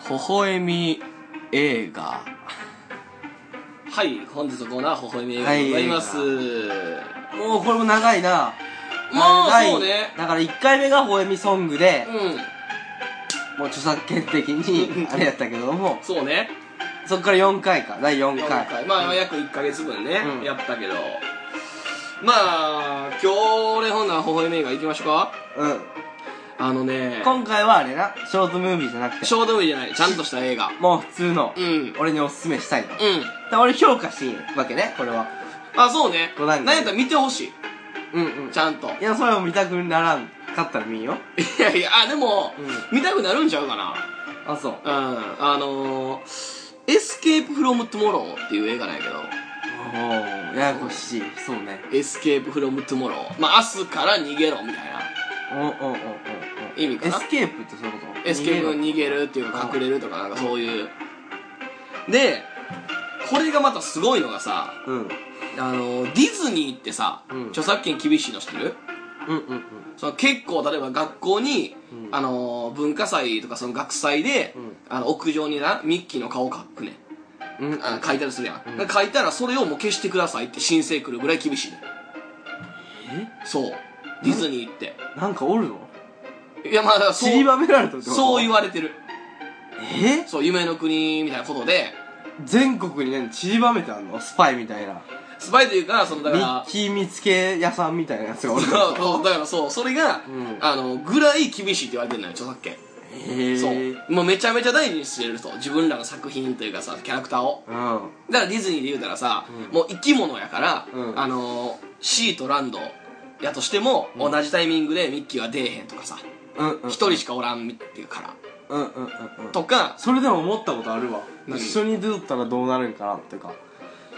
微笑み映画はい本日のコーナー微笑み映画でございます、
もうこれも長いな
まあ
長い
そうね
だから1回目がほえみソングで、
うん
もう著作権的にあれやったけども
そうね
そっから4回か第4
4
回
回まあ約1ヶ月分ね、
うん
やったけどまあ今日俺ほんなら微笑み映画行きましょうか
うん
あのね
今回はあれなショートムービーじゃなくて
ショートムービーじゃないちゃんとした映画
もう普通の
うんうん
俺におすすめしたいと、だから俺評価しんわけねこれは
あそうね
五
な
段階
んやったら見てほしい
うんうん
ちゃん と
いやそれを見たくならんかったら見んよ
いやいやあでも、
う
見たくなるんちゃうかな
あそう
うんあのー「エスケープ・フロム・トゥモロー」っていう映画なんやけど
おーややこしいそうね
「エスケープ・フロム・トゥモロー」まあ明日から逃げろみたいな
おおおおお
意味か
エ
な
スケープってそういうこと
エスケープ
逃げろ
逃げるっていうか隠れるとかなんかそういうでこれがまたすごいのがさ
うんうん
あのディズニーってさ、
うん
著作権厳しいの知ってる
うんうん
その結構例えば学校に、
うん
あの文化祭とかその学祭で、
うん
あの屋上になミッキーの顔を描くねん
うんうん
あの書いたりするやん、
うん
書いたらそれをもう消してくださいって申請来るぐらい厳しいねんそうディズニーって
えなんかおるの
いやまあだからそ
散り
う
ばめられたってこと
そう言
う
われてる
え
そう夢の国みたいなことで
全国にね散りばめてあんのスパイみたいな
スパイというかそのだか
ミ
ら
ッキー見つけ屋さんみたいなやつがおる
そうそうだからそうそれが、
うん
あのぐらい厳しいって言われてるのよ著作権
へえ
そうもうめちゃめちゃ大事にしてると自分らの作品というかさキャラクターを
うん
だからディズニーで言うたらさ、
うん
もう生き物やから、
うん
あのーシーとランドやとしても、
うん
同じタイミングでミッキーは出えへんとかさ
うんうん
一、人しかおらんっていうから
うんうんうんうん
とか
それでも思ったことあるわ
何
一緒に出とったらどうなるんかなっていうか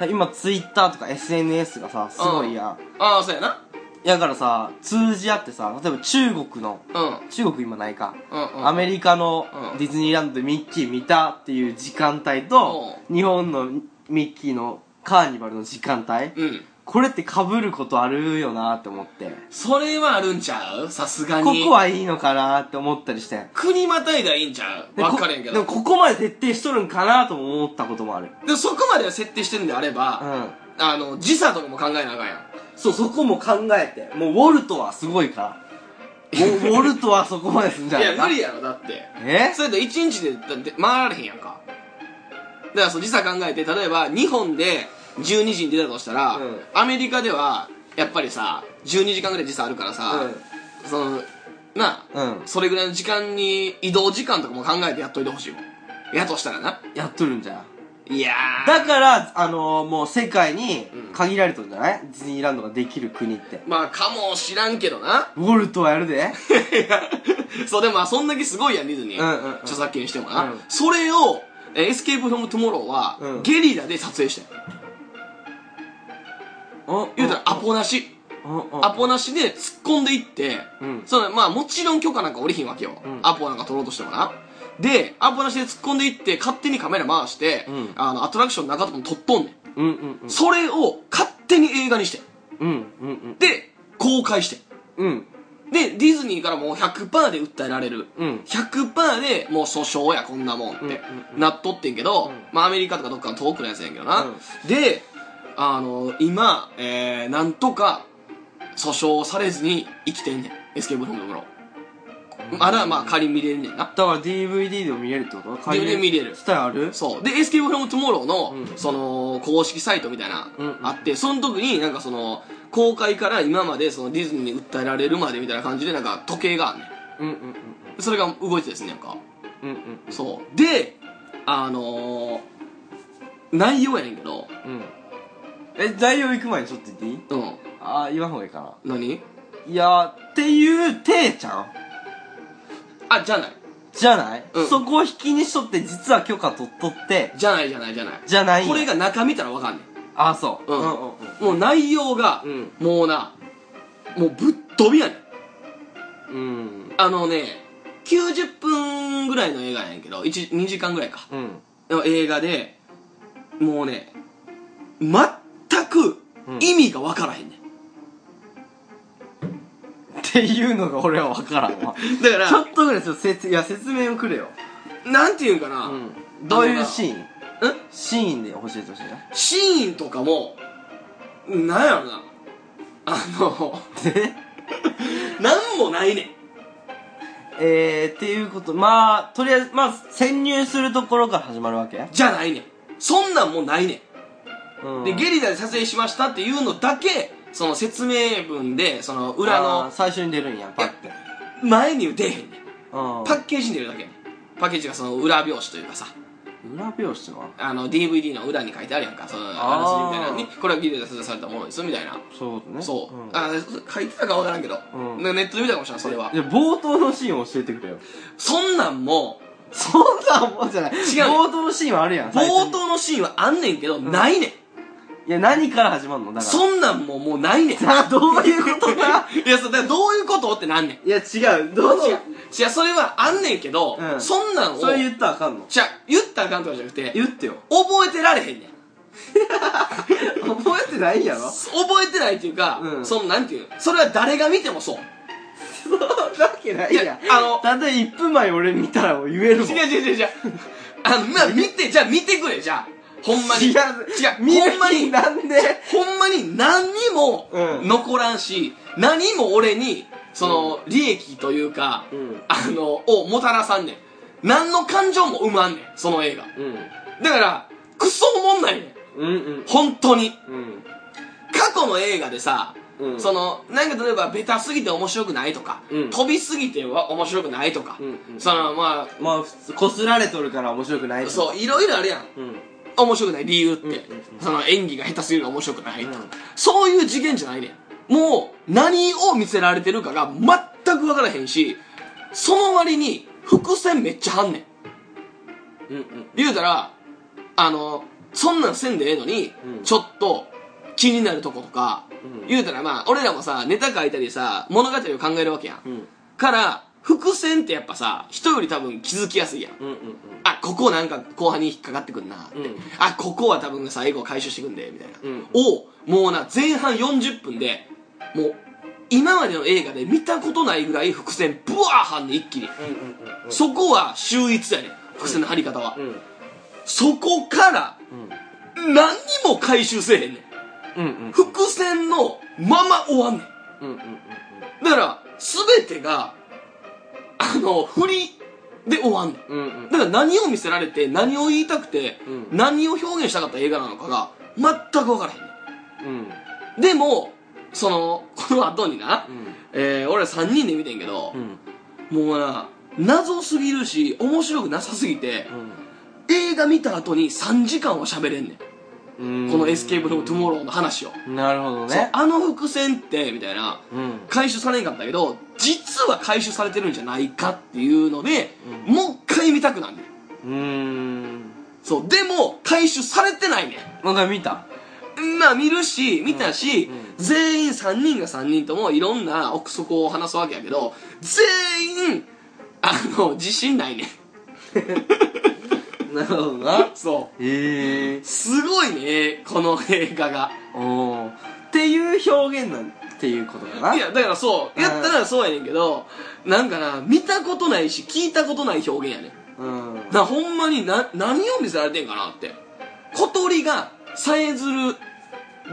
今ツイッターとか SNS がさすごいや
ああそうやな
やからさ通じ合ってさ例えば中国の
うん
中国今ないか
うんうん
アメリカの
うん
ディズニーランドでミッキー見たっていう時間帯と日本のミッキーのカーニバルの時間帯
うん
これって被ることあるよなって思って
それはあるんちゃうさすがに
ここはいいのかなって思ったりしてん
国またいだらいいんちゃう
で
分かれんけど
こでもここまで徹底しとるんかなとも思ったこともある
でそこまでは設定してるんであれ
う
ば、
ん
あの時差とかも考えなあかんやん
そうそこも考えてもうウォルトはすごいからウォウォルトはそこまですんじゃ
い
ない
や
か
無理やろだって
え
それと1日でだって回られへんやんかだからそう時差考えて例えば日本で12時に出たとしたら、
うん
アメリカではやっぱりさ12時間ぐらい時差あるからさ、そのなあ、
うん
それぐらいの時間に移動時間とかも考えてやっといてほしいもんやとしたらな
やっとるんじゃん
いやー
だからあのー、もう世界に
うん
限られとるんじゃない、ディズニーランドができる国って
まあかもしらんけどな
ウォルトはやるで
そうでもまあそんだけすごいやんディズニー、
うんうんうん
著作権にしてもな、
うん
それを「エスケープ・フロム・トゥモローは」
うん
ゲリラで撮影してん
お
言うたらアポなし
お
アポなしで突っ込んでいって、
うん
そのまあもちろん許可なんかおりひんわけよ、
うん
アポなんか取ろうとしてもなでアポなしで突っ込んでいって勝手にカメラ回して、
うん
あのアトラクションの中とかも撮っとんねん、
うんうん
それを勝手に映画にして
うんうんうん
で公開して
うんうん
でディズニーからもう100%で訴えられる、
うん
100%でもう訴訟やこんなもんって、
うんうんうん
なっとってんけど、
うん
まあアメリカとかどっかの遠くのやつやんけどな、
うん
であの今、えー、なんとか訴訟されずに生きてんねんエスケープフロムのロまだまあ仮に見れんねん
だ
な
から DVD でも見れるってこと
DVD 見れる
スタイルある
そうでエスケープフロムトゥモローの、
うん
その公式サイトみたいな、
うんうん
あってその時になんかその公開から今までそのディズニーに訴えられるまでみたいな感じでなんか時計があんねん
うんうんうん
それが動いてですねなんか
うんうん
そうであのー、内容やねんけど
うんうんえ材料行く前にちょっと言っていい
うん
ああ言わん方がいいかな
何
いやーっていうてーちゃん
あじゃない
じゃない、
うん
そこを引きにしとって実は許可取っとって
じゃないじゃないじゃない
じゃないんや
これが中見たらわかんね
ああそう
うん
うんうん
んもう内容が、
うん
もうなもうぶっ飛びやねん
うん
あのね90分ぐらいの映画やねんけど1 2時間ぐらいか
うん
の映画でもうね全く
うん
意味がわからへんねん、
っていうのが俺は分からんわ
だか
ちょっ
ら、
とぐらいちょっと説いや説明をくれよ、
なんていうんかな、
うん、どういうシーン
うん
シーンで教えてほしいな
シーンとかも、なんやろな。あの、
で
なんもないねん。
えー、っていうことまあとりあえずまあ潜入するところから始まるわけ、
じゃないねん。そんなんもないね
うん
ん。で、ゲリラで撮影しましたっていうのだけ、その説明文で、その裏
あー
の
最初に出るんやパッて
前に出えへんねん。
うん
パッケージに出るだけやねん。パッケージがその裏表紙というかさ、
裏表紙は
あの DVD の裏に書いてあるやんか、そのあらすじみたいなのに、これはゲリラで撮影されたものですみたいな。
そうだね
そう、
ん
あ書いてたか分からんけど、
うん
ネットで見たかもしれないそれは
で冒頭のシーンを教えてくれよ
そんなんも
そんなもんじゃない
違うよ
冒頭のシーンはあるやん最初
冒
に
頭のシーンはあんねんけど、ないねん
いや何から始まるのだから
そんなんももうないねん い
さあどういうことだ
やそれだからどういうことってなんねん
いや違うどう
違う違うそれはあんねんけど、
うん
そんなんを
それ言ったらあかんの
じゃ言ったらあかんとかじゃなくて
言ってよ
覚えてられへんねん
覚えてないやろ
覚えてないっていうか、
うん
そのなんていうのそれは誰が見てもそう
そんなわけないやん
いやあの
たとえ1分前俺見たら言えるもん
違う違う違う違うあのまあ見てじゃあ見てくれじゃあほんまに
違う見
違う
る
ほんま
気
に
なんで
ほんまに何にも
うん
残らんし、何も俺に、その、利益というか、
うん
あの、をもたらさんねん。何の感情も生まんねん、その映画。
うん
だから、クソおもんないねん。
うん
本当に。
うん
過去の映画でさ、
うん
その、なんか例えば、ベタすぎて面白くないとか、
うん
飛びすぎては面白くないとか、
うんうん
その、まあ、
まあ普通こすられとるから面白くないとか
そう、いろいろあるやん。
うん
面白くない理由って、
うんうんうん
その演技が下手すぎるから面白くないとか、
うん
そういう次元じゃないねんもう何を見せられてるかが全く分からへんしその割に伏線めっちゃはんねん
うんうん
言うたらあのそんなんせんでええのに、
うん
ちょっと気になるとことか、
うん
言うたらまあ俺らもさネタ書いたりさ物語を考えるわけや
う
ん、
ん
から伏線ってやっぱさ人より多分気づきやすいやん
うんうん
あここなんか後半に引っかかってくんなって、
うん
あここは多分最後回収してくんでみたいな、
うん
をもうな前半40分でもう今までの映画で見たことないぐらい伏線ブワーはんねん一気に、
うんうんうん
そこは秀逸やねん伏線の張り方は、
うんうん
そこから何にも回収せえへんねん
うんうんうん
伏線のまま終わんねん
うんうんうん
だから全てがあの振りで終わんねん
うんうん
だから何を見せられて何を言いたくて、
うん
何を表現したかった映画なのかが全く分からへんね
うん
んでもそのこの後にな、
うん
えー俺ら3人で見てんけど
う、ん
もうな謎すぎるし面白くなさすぎて、映画見た後に3時間は喋れんね
うん
ん
うん
この「エスケープ・フロム・トゥモロー」の話を、
なるほど
そう
ね
あの伏線ってみたいな
うん
回収されんかったけど実は回収されてるんじゃないかっていうので、
うん
もう一回見たくなんねん
うーん
そうでも回収されてないねん
なんか見た
まあ見るし、見たし、
うんうん
全員3人が3人ともいろんな憶測を話すわけやけど、全員、あの、自信ないね。
なるほどな
そ
へえ
う。すごいね、この映画が。
おーっていう表現なんていうことかない
や、だからそう、やったらそうやねんけど、なんかな、見たことないし、聞いたことない表現やねん。
うん
だからほんまにな、何を見せられてんかなって。小鳥がさえずる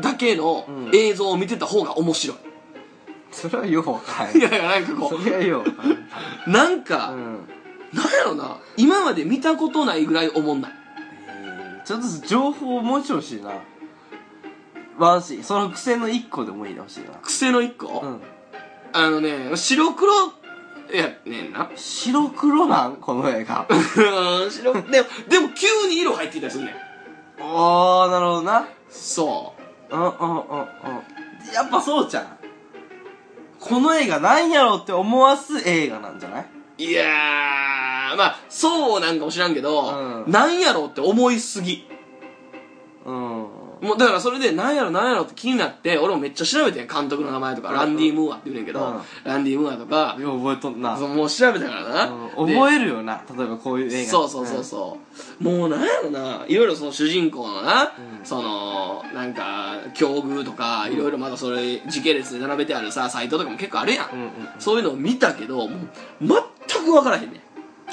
だけの
うん
映像を見てた方が面白い。
それはようわからん
いや、だからなんかこ
それはようわからん
う、なんか、
うん
なんやろな今まで見たことないぐらいおもんない
えーちょっと情報をもうちょい欲しいなワンシーンその癖の一個でもいいでほしいな
癖の一個、
うん
あのね白黒やねんな
白黒なんこの映画
うん白でもでも急に色入ってきたりすんねん
おーなるほどな
そう
うんうんうんうんやっぱそうじゃんこの映画なんやろうって思わす映画なんじゃない
いやーまあそうなんかも知らんけど、
うん
なんやろうって思いすぎ
うん
もうだからそれでなんやろなんやろって気になって俺もめっちゃ調べてん監督の名前とか
うん
ランディ・ムーアって言うねんけど、
うん
ランディ・ムーアとか
よう覚えとんな、
そうもう調べたからな、
うん覚えるよな例えばこういう映画
そうそうそうそう、もうなんやろないろいろその主人公のな、
うん
そのなんか境遇とかいろいろまだそれ時系列で並べてあるさサイトとかも結構あるやん、
うん、うんうん、
そういうのを見たけどもう全く分からへんねん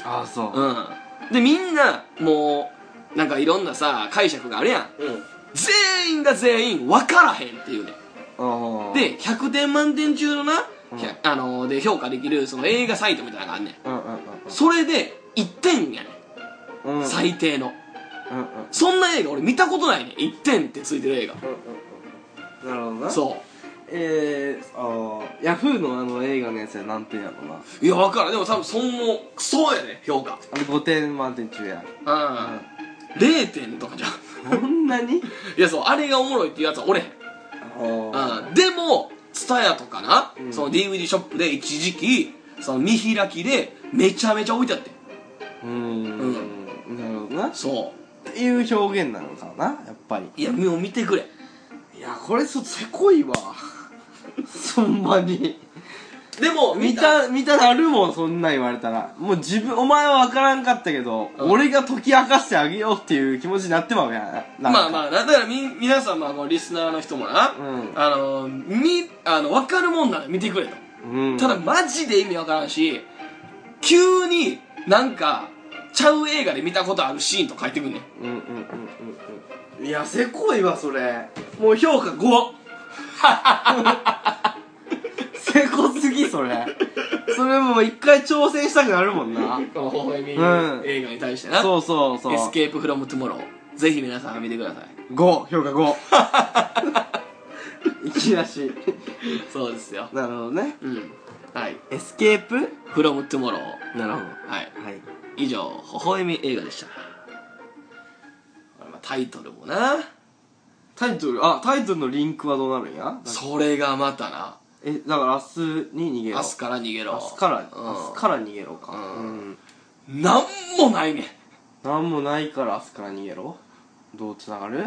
ああそう、
うんでみんなもうなんかいろんなさ解釈があるやん
うん
全員が全員分からへんっていうね
ああ
で100点満点中のな、
うん
ひゃあので評価できるその映画サイトみたいなのがあんねん
うんうん
それで1点やね
うんうん
ん最低の
うんうんうん
そんな映画俺見たことないねん1点ってついてる映
うんうんなるほどな
画そ
えー、あーヤフーのあの映画のやつは何点やろな
ういや分からんでも多分そんのクソやね評価
あれ5点満点中や
うん、0点とかじゃん
そんなに
いやそうあれがおもろいっていうやつはおれへん
あ
うんでも TSUTAYA とかな、
うん
その DVD ショップで一時期その見開きでめちゃめちゃ置いてあって
ー
ん
うんうんなるほどなっ
そ
ていう表現なのかなやっぱり
ういやもう見てくれ
いやこれそせこ いわそんまに
でも
見た見たなるもんそんなん言われたらもう自分お前は分からんかったけど、
うん
俺が解き明かしてあげようっていう気持ちになってまうやんなん
まあ
あ
まあなだからみ皆さんまあこのリスナーの人もな、
うん
あのみあの分かるもんなら見てくれと、
うん
ただマジで意味わからんし急になんかちゃう映画で見たことあるシーンと書いてくんねん
うんうんうんうんうんいやせこいわそれもう評価5せこすぎそ れそれもう一回挑戦したくなるもんな
この微笑み
うん
映画に対してな、
そうそうそう
エスケープフロムトゥモロー。ぜひ皆さん見てください。
5評価5 いきなし
そうですよ。
なるほどね
うん。はい。
エスケープ
フロムトゥモロー。
なるほ
はい。
どはい
以上、微笑み映画でした。まあタイトルもな。
タイトルあタイトルのリンクはどうなるんや
それがまたな。
えだから明日に逃げろ
明日から逃げろ。
明日から
うん
明日から逃げろか
うん
ん
なんもないねん。
なんもないから明日から逃げろどうつながる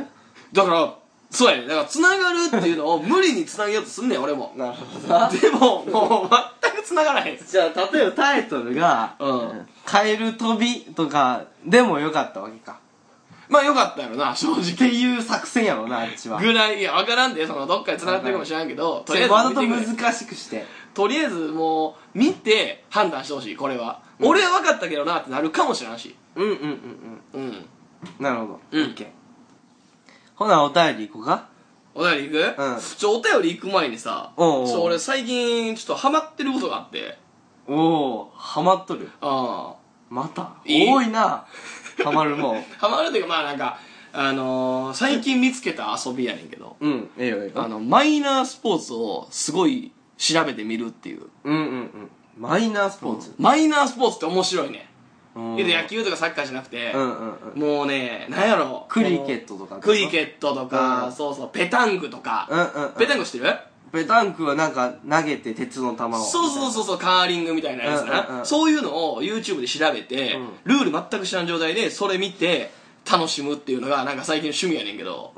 だから、そうやねん。だから、繋がるっていうのを無理に繋げようとすんねん、俺も。
なるほどな
でも、もう全く繋がらへん。
じゃあ例えばタイトルが
うん
カエル飛び」とかでもよかったわけか
まあよかったやろな、正直
っ。ていう作戦やろなあっちは
ぐらい、いや、わからんで、その、どっかで繋がってるかもしれんけど、と
そ
りあえ
れ
ず
わざ
見
と
てくれ。
難しくして
とりあえずもう見て判断してほしいこれは、俺は分かったけどなってなるかもしれんし
うんうんうんうん
うん
なるほど
うん
オッケーほなお便り行こうか
お便り行く、
うん
ちょお便り行く前にさ
おうおう
ちょ俺最近ちょっとハマってることがあって
おおハマっとる
あ
また
いい
多いなハマるも ん
あハマるというかまあなんかあのー、最近見つけた遊びやねんけど
うんええよええ
あ
よ
のマイナースポーツをすごい調べてみるっていう
うんうんうんマイナースポーツ
マイナースポーツって面白いね、
うん
けど野球とかサッカーじゃなくて、
うんうんうん
もうねなんやろ
クリケットとか
クリケットとか、
うん
そうそうペタンクとか、
うんうんうん
ペタンコ知ってる
ペタンクはなんか投げて鉄の球を
そうそうそうそうカーリングみたいなやつな、
うんうんうん
そういうのを YouTube で調べて、
うん
ルール全く知らん状態でそれ見て楽しむっていうのがなんか最近の趣味やねんけど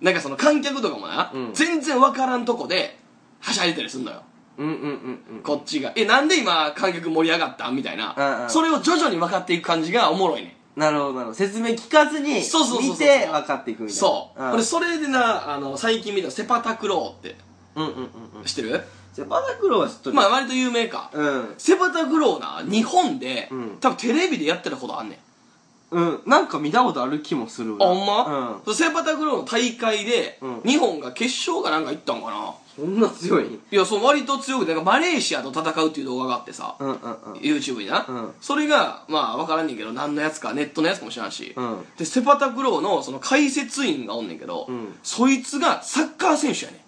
なんかその観客とかもな、
うん
全然わからんとこではしゃいでたりすんのよ
うんうんうんうん
こっちがえなんで今観客盛り上がったんみたいな、
うんうん
それを徐々に分かっていく感じがおもろいね
なるほどなるほど説明聞かずに
そうそうそうそう
見て分かっていくみたいな
そう、
ん、
俺それでなあの最近見たセパタクローって
うんうんうんうん
知ってる、
セパタクローは知っとる
まあ割と有名か、
うん
セパタクローな日本で、
うん
多分テレビでやってたことあんねん
うんなんか見たことある気もする
あ
俺
ほんま、
う
そうセパタクローの大会で、
うん
日本が決勝かなんか行ったんかなん
そんな強い
いやそう割と強くてなんかマレーシアと戦うっていう動画があってさ、
うんうんうん
YouTube にな、
うん
それがまあ分からんねんけど何のやつかネットのやつかもしれんし、
うん
でセパタクローのその解説員がおんねんけど、
うん
そいつがサッカー選手やね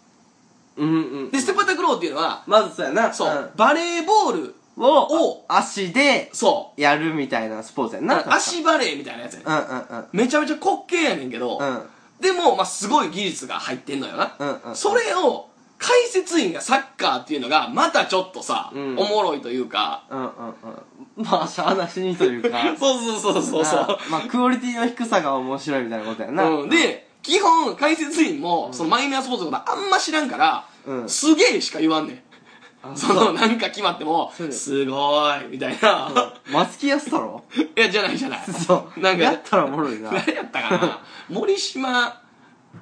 うんうんうん
んでセパタクローっていうのは
まずそうやな
そう、
ん
バレーボール
を
を
足で
そ
やるみたいなスポーツやん
う
な
足バレーみたいなやつやねん
うんうんうん
めちゃめちゃ滑稽やねんけど、
うん
でも、まあ、すごい技術が入ってんのよな、
うんうんうん
それを解説員がサッカーっていうのがまたちょっとさ、
うん
おもろいとい うか
うんうんうんまあしゃあなしにというか
そうそうそうそうそ
まあクオリティの低さが面白いみたいなことやな
う、うん、で基本、解説員も、そのマイナースポーツのことあんま知らんから、
うん
すげえしか言わんねん。
あ
その、なんか決まっても、
そうだよ
すごい、みたいな。
松木安太郎
いや、じゃないじゃない。
そう
なんか
やったらおもろい なあ
誰やったか な森島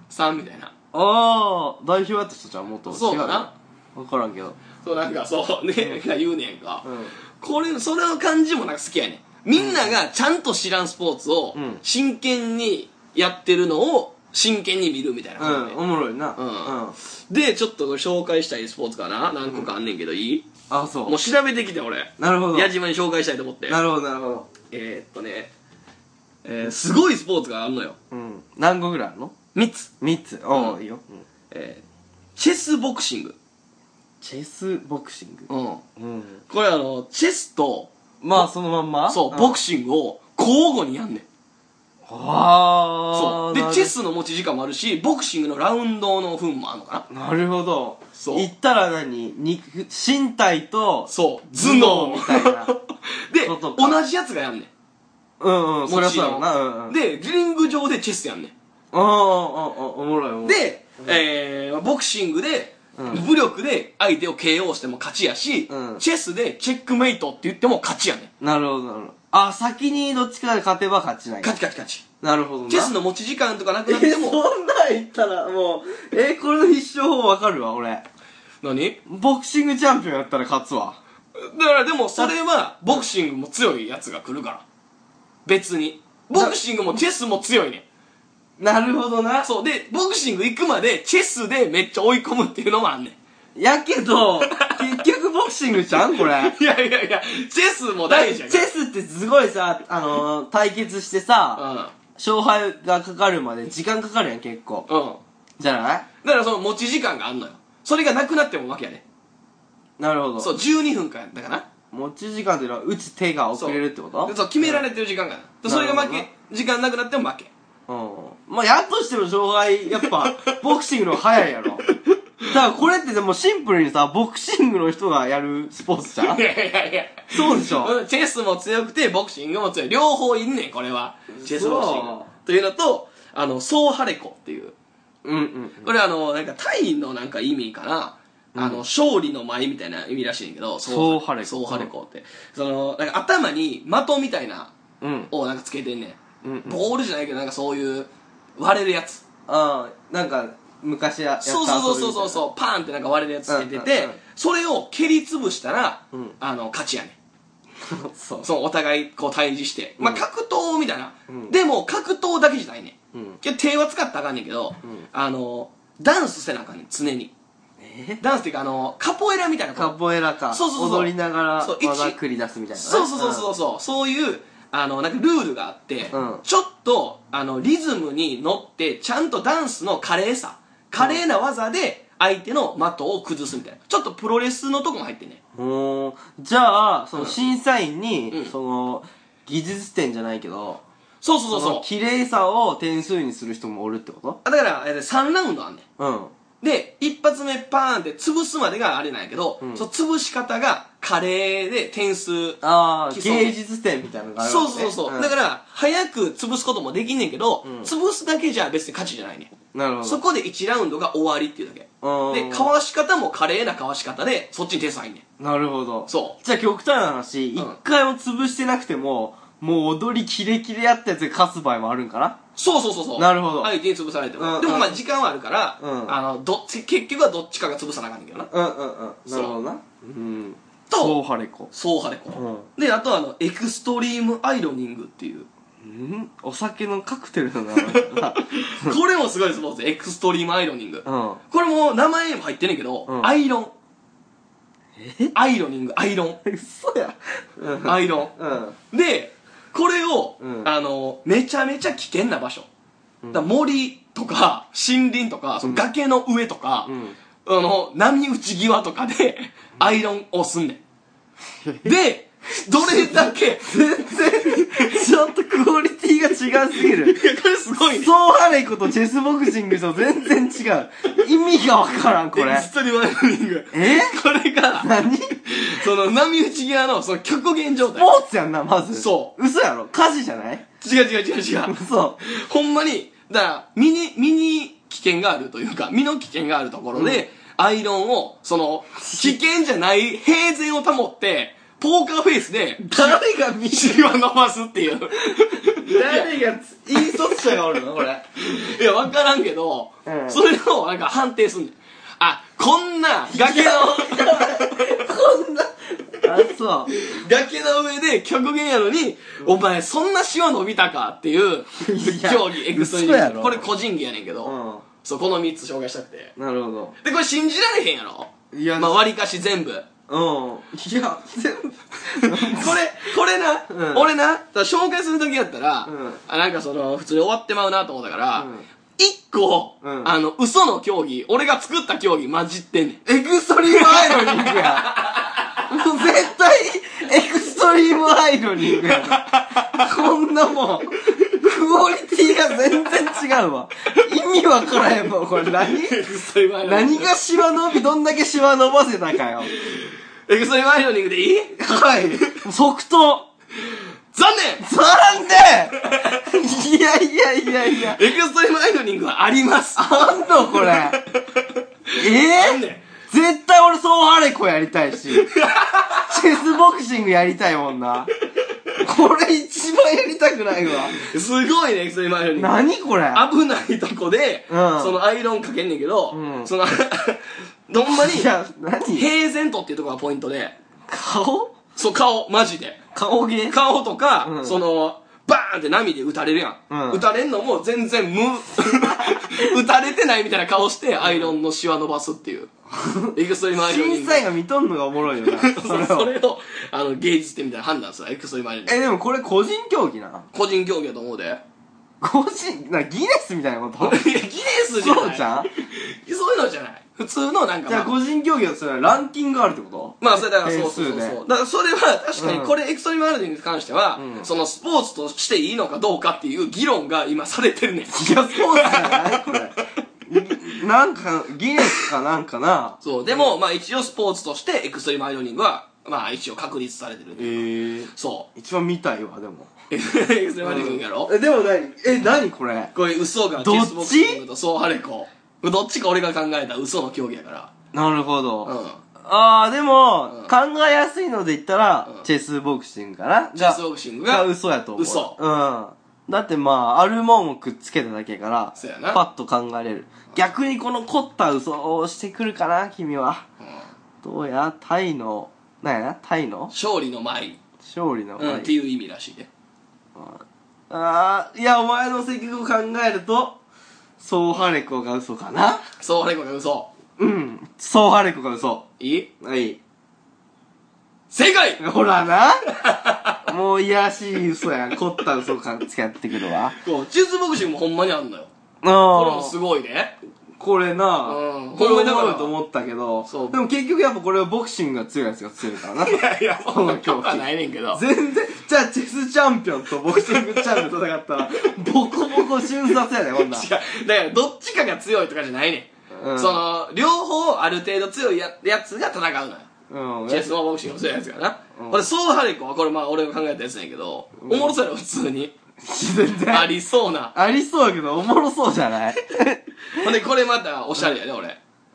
さんみたいな。
あー代表やった人じゃん元
そうかな
分からんけど
そう、なんかそう、ね、言うねんか。
うん
これ、それの感じもなんか好きやねん。みんながちゃんと知らんスポーツを
うん、
真剣にやってるのを、真剣に見るみたいな
う
感じ
んおもろいな
う
うんあ
で、ちょっと紹介したいスポーツかな何個かあんねんけど、いい
あそ
もう
う
調べてきて、俺。
なるほど
矢島に紹介したいと思って。
なるほどなるほど
えー、っとね、えー、すごいスポーツがあんのよ。
うん何個ぐらいあるの
3つ。
3つお
う
お
ん
いいようん
えー、チェスボクシング。
チェスボクシング
うん。
うん
これあの、チェスと、
まあそのまんま
そう、ボク
シ
シングを交互にやんねん。
あ
そう。
あ
で、チェスの持ち時間もあるし、ボクシングのラウンドの分もあるのかな。
なるほど
そう
言ったら何肉身体と
そう、
頭
頭
脳
脳み
み
た
た
い
い
な
な。
で、
ことか
同じやつがやんね。
うんうんそりゃそうやろなうんうんん
で、リング上でチェスやんね
ああああおもろいおもろ
ん。
い
で、えー、ボクシングで、
うん
武力で相手を KO しても勝ちやし、
うん
チェスでチェックメイトって言っても勝ちやねん。
なるほどなるほどあ先にどっちかで勝てば勝ちない
勝ち勝ち勝ち。
なるほどな
チェスの持ち時間とかなく
え
なって
そ
も、
んなん言ったらもうえこれの必勝法わかるわ俺
何
ボクシングチャンピオンやったら勝つわ
だからでもそれはボクシングも強いやつが来るから別にボクシングもチェスも強いね
なるほどなん
そうでボクシング行くまでチェスでめっちゃ追い込むっていうのもあんね
やけど結局ボクシングちゃんこれ
んいやいやいやチェスも大事やか
チェ
ら
スってすごいさあのー、対決してさ勝敗がかかるまで時間かかるやん結構
うんうん
じゃない
だからその持ち時間があんのよそれがなくなってもわけやね
なるほど
そう12分間やったかな
持ち時間っていうのは打つ手が遅れるってこと
でそう決められてる時間があるでそれが負
なる
け時間なくなっても負け
うんまあ、やっとしても勝敗、やっ ぱ、ボクシングの方が早いやろ。だからこれってでもシンプルにさ、ボクシングの人がやるスポーツじゃん
いやいやいや
そうでしょ
うんチェスも強くてボクシングも強い両方いんねんこれはチェスボクシング
そ
というのとあのソーハレコっていう
うんうん。
これあのなんかタイのなんか意味かな、
うん
あの勝利の舞みたいな意味らしいねんけど
ソーハレコ
ソーハレコって、そのなんか頭に的みたいな
うん。
をなんかつけてんね
うん
ん
うん。
ボールじゃないけどなんかそういう割れるやつ
ああ、なんか、昔や、やった
そうそうそうそう
う。
そうパーンってなんか割れるやつつけてて、
うんうんうん
それを蹴り潰したら、
うん
あの勝ちやねん
そう。
そうお互いこう対峙して、まあ、格闘みたいな、
うん
でも格闘だけじゃないね
うん。
けど手は使ったらあかんねんけど、
ん
あのダンスせなあかんねん常に
え
ダンスっていうかあのカポエラみたいなこと
カポエラか。
そうそうそう
踊りながら、技
そう一
繰り出すみたいなね。
そうそうそうそうそう、そういうあのなんかルールがあって、
うん
ちょっとあのリズムに乗ってちゃんとダンスの華麗さ華麗な技で相手の的を崩すみたいなちょっとプロレスのとこも入ってんねん
うん。おーじゃあ、その審査員
うん
に、その、技術点じゃないけど、
そうそうそう
の
そう
綺麗さを点数にする人もおるってこ
あだからえー3ラウンドあんねん
とうん。
で一発目パーンって潰すまでがあれなんやけど、
うん
その潰し方が華麗で点数
ああ
基礎
芸術点みたいなのがあるわ
そう
けね
そうそう、
ん
だから早く潰すこともできんねんけど、
うん
潰すだけじゃ別に勝ちじゃないね
なるほど
そこで1ラウンドが終わりっていうだけ
うん
でかわし方も華麗なかわし方でそっちに点数入んねん
なるほど
そう
じゃあ極端な話
ん
一回も潰してなくてももう踊りキレキレやったやつが勝つ場合もあるんかな
そうそうそうそう
なるほど
相手に潰されても、
うん
でもまあ
うん
時間はあるから、
うん
あのどっち結局はどっちかが潰さなあかんねんけどな
うんうんうん
そ
な
う
るほどなうん
と
そうハレコ
そう派でこ
うん
う、であとはあのエクストリームアイロニングっていう
うんお酒のカクテルの 名前だな
これもすごいスポーツエクストリームアイロニング、
うん
これも名前にも入ってんねんけど、
うん
アイロン
え
アイロニングアイロン
嘘やうん
アイロン
うん
でこれを、
うん
あのめちゃめちゃ危険な場所、
うん
だから森とか森林とかその崖の上とか、
うん
あの波打ち際とかでアイロンをすんねんでどれだけ
全然ちょっとクオリティが違うすぎる
いやこれすごいね
そうハレコとチェスボクシングと全然違う。意味がわからん、こ
エ
れ
ク。ストリームアイロニング
え
これが
何ス
その波打ち際のその極限状態
ポーツやんな、まず。。
そう
嘘やろ火事じゃない
違う違う違う違う
嘘。
ほんまにだから、身に、身に危険があるというか、身の危険があるところで、アイロンを、その、危険じゃない平然を保って、ポーカーフェイスで、
誰が見
尻を伸ばすっていう。
誰が引率者がおるのこ れ
いや、わからんけど、
うん
それをなんか判定すんねん。あ、こんな崖の、
あそう
崖の上で極限やのに、お前そんなシワ伸びたかっていう
いや
競技、エクストリ
嘘や
ーム。
ろ
これ個人技やねんけど、そう、この3つ紹介したくて。
うんなるほど
で、これ信じられへんやろ
いや
まあ、割かし 全部。
うんいや全部
これ、これな、
うん
俺な、だから紹介する時やったら、
うん
あなんかその、普通に終わってまうなと思ったから
うん、
一、個、
うん
あの、嘘の競技、俺が作った競技混じってんねん。
エクストリームアイロニングやもう絶対エクストリームアイロニングやこんなもんクオリティが全然違うわ意味わからへんもんこれ何
エクストリームアイロニ
何
ング。
がシワ伸びどんだけシワ伸ばせたかよ
エクストリームアイロニングでいい
はい即答
残念
なんでいやいやいやいや
エクストリームアイロニングはあります。
あんのこれ
あ
え
ん
ー
ねん
絶対俺ソーハレコやりた いしチェスボクシングやりたいもんなこれ一番やりたくないわ
すごいね、エクストリームアイロニング。
何これ
危ないとこで、
うん
そのアイロンかけんねんけど、
うん
その、 どんまに、
いや何
平然とっていうところがポイントで、
顔
そう、顔、マジで。
顔芸
顔とか、
うん
その、バーンって波で打たれるやん。
うん
打たれんのも全然 無、打たれてないみたいな顔して、アイロンのシワ伸ばすっ ていう。エクストリームアイロニン
審
グ
査。員が見とんのがおもろいよなそ
そう
れ
そ
を
れを、あの、芸術点みたいな判断する。エクストリームアイロニング。
えでもこれ個人競技な
個人競技だと思う で。いや、
個人なギネスみたいなこと
ギネスじゃ
そう
ない。
じゃん
そういうのじゃない。普通のなんか、
じゃあ
まあ、
個人競技はそれはランキングがあるってこと
まあ、それだから、そう
点
そ
数
うそう
で
そう。だから、それは確かに、
うん
これ、エクストリームアイロニングに関しては、
うん
その、スポーツとしていいのかどうかっていう議論が今されてるねん。
いや、そうじゃないこ れ。なんか、ギネスかなんかな。
そう、でも、まあ一応スポーツとしてエクストリームアイロニングは、まあ一応確立されてる。
ええ
そ
一番見たいわ、でも。
う。 エクストリームアイロニングやろ、
え、でも何え、何これ
これ嘘が
どっち
チェスボクシングとそうハレコ。どっちか俺が考えた嘘の競技やから。
なるほど。
うん。
ああ、でも、
うん
考えやすいので言ったら、
うん
チェスボクシングかな。
チェスボクシング
が
が、
嘘やと思う。
嘘
うん。だってまあ、あるもんをくっつけただけやから、
そうやな
パッと考えれる。逆にこの凝った嘘をしてくるかな、君は。
うん
どうやタイの、なんやなタイの
勝利の前に、
勝利の
うん
前
っていう意味らしいね。
ああ、いや、お前の性格を考えると、ソーハレコが嘘かな
そうハレコが嘘。
うん。ソーハレコが嘘。
いい
はい。
正解
ほらな。 もういやらしい嘘やん。凝った嘘をかつけてくるわ。
こうチェスボクシングもほんまにあんのよ。これも
う
すごいね。
ん。これな
うん、
これ
ほ
面
んまにだから
白いと思ったけど
そう、
でも結局やっぱこれはボクシングが強いやつが強いからな。
いやいや、そんな許可ないねんけど。
全然、じゃあチェスチャンピオンとボクシングチャンピオン戦ったら、ボコボコ瞬殺やで、こんなん。
違う。だから、どっちかが強いとかじゃないねん。
うん
その、両方ある程度強いややつが戦うのよ。
うん。
チェスもボクシングも強いやつがな。
うん
これ、ソーハレコはこれまあ俺が考えたやつなんやけど、おもろそうやろ、普通に。
全然。
ありそうな。
ありそうやけど、おもろそうじゃない
ほんで、これまたおしゃれやね、俺。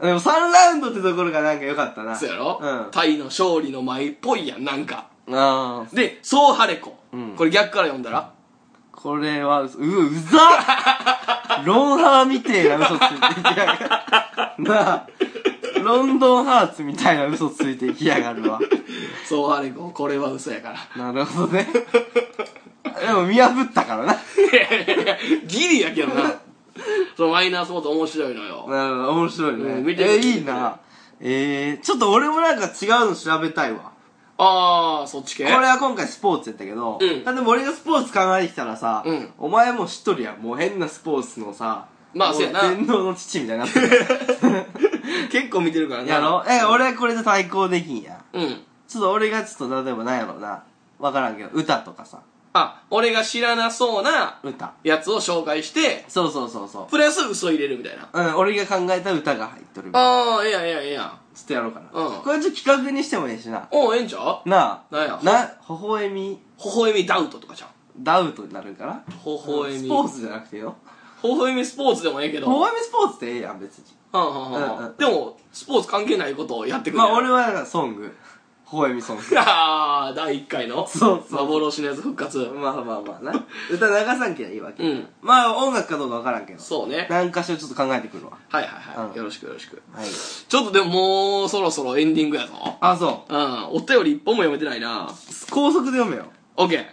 でも3ラウンドってところがなんか良かったな。
そうやろ、
うん
タイの勝利の舞っぽいやん、なんか。
あー。
で、ソーハレコ。
うん
これ逆から読んだら
これは、う、うざ っロンハーみてえな嘘ついてきやがる。なあ、ロンドンハーツみたいな嘘ついてきやがるわ。
ソーハレコ、これは嘘やから。
な るほどね。でも見破ったからな。
いやいやいやギリやけどな。そのマイナースポーツ面白いのよ。
なるほど、面白いね。
うん見て
え
みて
いいな。えー、ちょっと俺もなんか違うの調べたいわ。
あー、そっち系
これは今回スポーツやったけど、
うん
だって俺がスポーツ考えてきたらさ、
うん
お前もう知っとるやんもう変なスポーツのさ
まあ
も
そうやな
天皇の父みたいになってる
結構見てるからな。
や ろえ俺はこれで対抗できんや
うん。
ちょっと俺がちょっと例えばなんやろうなわからんけど歌とかさ
あ、俺が知らなそうな
歌
やつを紹介して、
そうそうそうそう
プラス嘘入れるみたいな。
うん、俺が考えた歌が入っとるみたいな
ああ、いやいやいや。
ちょっとやろうかな、
うん
これちょっと企画にしてもいいしな
おう、ええんちゃう
なあ
なんや
な微笑み
微笑みダウトとかじゃん。
ダウトになるんかな
微笑み。
スポーツじゃなくてよ
ほほ笑みスポーツでもええけど。
ほほえみスポーツってええやん、別に。
うんうんうん
うん
う
うん
んでも、スポーツ関係ないことをやってくる。
まあ、俺はだからソング。ほほえみソング。
あー、第1回の
そうそう
幻のやつ復活。
まあまあまあな。歌流さんきゃいいわけ。
うん
まあ、音楽かどうかわからんけど。
そうね。
何かしらちょっと考えてくるわ。
はいはいはい、
うん
よろしくよろしく。
はい。
ちょっとでももうそろそろエンディングやぞ。
あ、そ
うん。お便り一本も読めてないな。
う。高速で読めよ。
オッケー。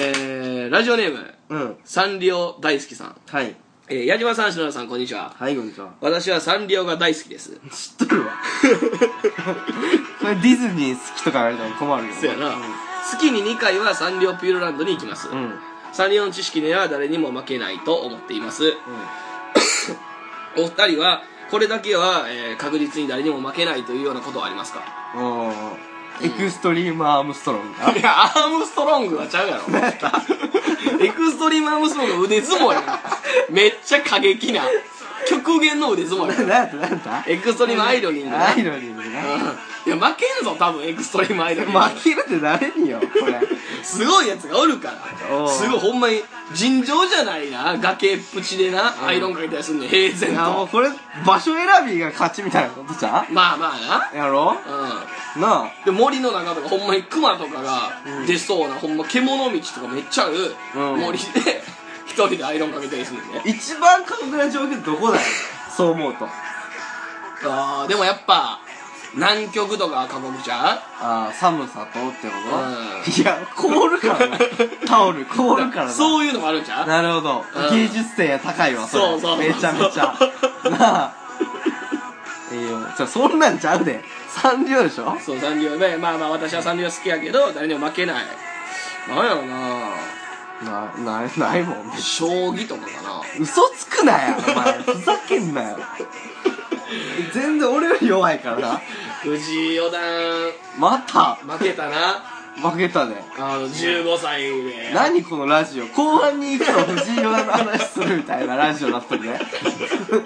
えー、ラジオネーム、
うん。
サンリオ大好きさん。
はい。
えー、矢島さん、篠田さん、こんにちは。
はい、こんにちは。
私はサンリオが大好きです。
知っと るわ。これディズニー好きとか言われたら困るよ。
そうやな。月に2回はサンリオピューロランドに行きます。
うん。うん。
サンリオの知識には誰にも負けないと思っています。お二人は、これだけは、えー確実に誰にも負けないというようなことはありますか
おーエクストリームアームストロング
いや、アームストロングはちゃうや ろ。エクストリームアームストロングの腕相撲やな。めっちゃ過激な。極限の腕相撲や
な
な。
なんだなんだ
エクストリームアイドリングな。
ア
うん
イドリングない
や、負けんぞ、多分、エクストリームアイドリング。
負けるって誰によこれ
すごいやつがおるか
おう
ら。すごい、ほんまに、尋常じゃないな。崖っぷちでな、アイロンかけたりするの平
い
然
やもう
と。
これ場所選びが勝ちみたいなことじゃん
まあまあ
やろ
な。うん。
な
で森の中とかほんまにクマとかが出そうな、ほんま獣道とかめっちゃある、
うん
森で一人でアイロンかけたりするんで
あ
ね
一番過酷な状況どこだよそう思うと
あーでもやっぱ南極とかは過酷じゃん
ああ寒さとって
う
こといや凍るから なタオル凍るからな
そういうのもあるじゃ ん
なるほど
うん
芸術性が高いわれ
そうそう
めちゃめち ゃなあええよじゃそんなんちゃうでサンリオでしょ
そう三流ねまあまあ私は三流好きやけど誰にも負けないなんやろな
な、ない、ないもん。
将棋とかかな
嘘つくなよ、お前。ふざけんなよ。全然俺より弱いからな。
藤井四段
また、
負けたな
負けたね。
あの15歳で
何このラジオ後半に行くと藤井四段の話するみたいなラジオだった ね。
負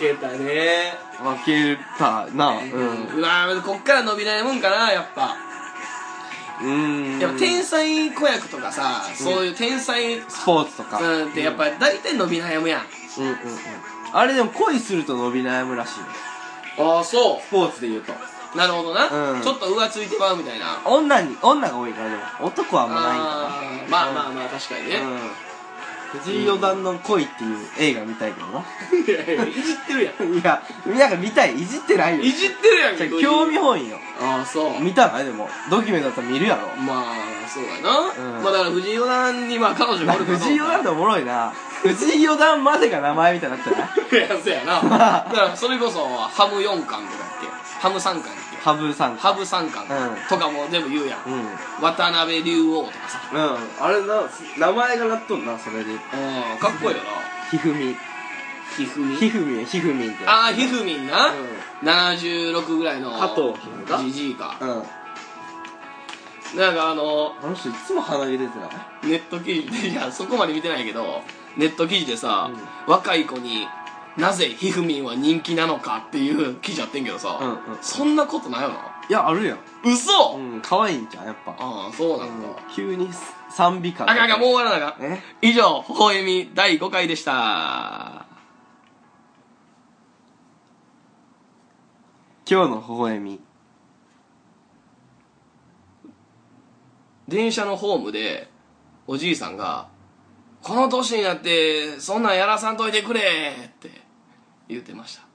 けたね
負けたな。うん。う
うわーこっから伸びないもんかなやっぱ
ーん。
やっぱ天才子役とかさ、そういう天才う
スポーツとか。
んってやっぱ大体伸び悩むやん
うんうんうん。あれでも恋すると伸び悩むらしいよ。
ああそ
スポーツで言うと。
うなるほどな、
うん
ちょっと浮ついてまうみたいなあ
女に、女が多いからでも、男はあんまないんか
あーまあまあまあ確かにね
な。、うん。藤井四段の恋っていう映画見たいけどな。
いやいやいじってるや ん
いや、なんか見たい。いじってないよ。
いじってるやん
じゃ
け
あ興味
を
本位よ。
ああそう
見たらでも、ドキュメントだったら見るやろ。
まあそうやな、
うん
まあだから藤井四段にまあ彼女がおるかどうか
藤井四段っておもろいな。藤井四段までが名前みたいになってない
いやそうやなだからそれこそハム4巻とかやっけハム3巻やっけ
羽生さん。
ハブ3巻
うん
とかも全部言うやん、
うん。うん。
渡辺竜王とかさ
あれな、名前がなっとんな、それで。
うんかっこいいよな
ひふみ。
ひふみ
ひふみ、ひふみって。
ああひふみんな、
うん
76ぐらいの
加藤ひふみか
じじいか
うん。
なんかあの
あの人いつも鼻毛出てない
ネット記事でい やそこまで見てないけどネット記事でさ、若い子になぜひふみんは人気なのかっていう記事あってんけどさ、
うんうん
そんなことないよない
や、あるやん。
嘘、
うん、可愛いんじゃん、やっぱ。
ああそうなんだ、
うん急に賛美歌
あかんあかんもう終わらなあかん
え
以上微笑み第5回でした
今日の微笑み。
電車のホームでおじいさんが「この年になってそんなんやらさんといてくれ」って言ってました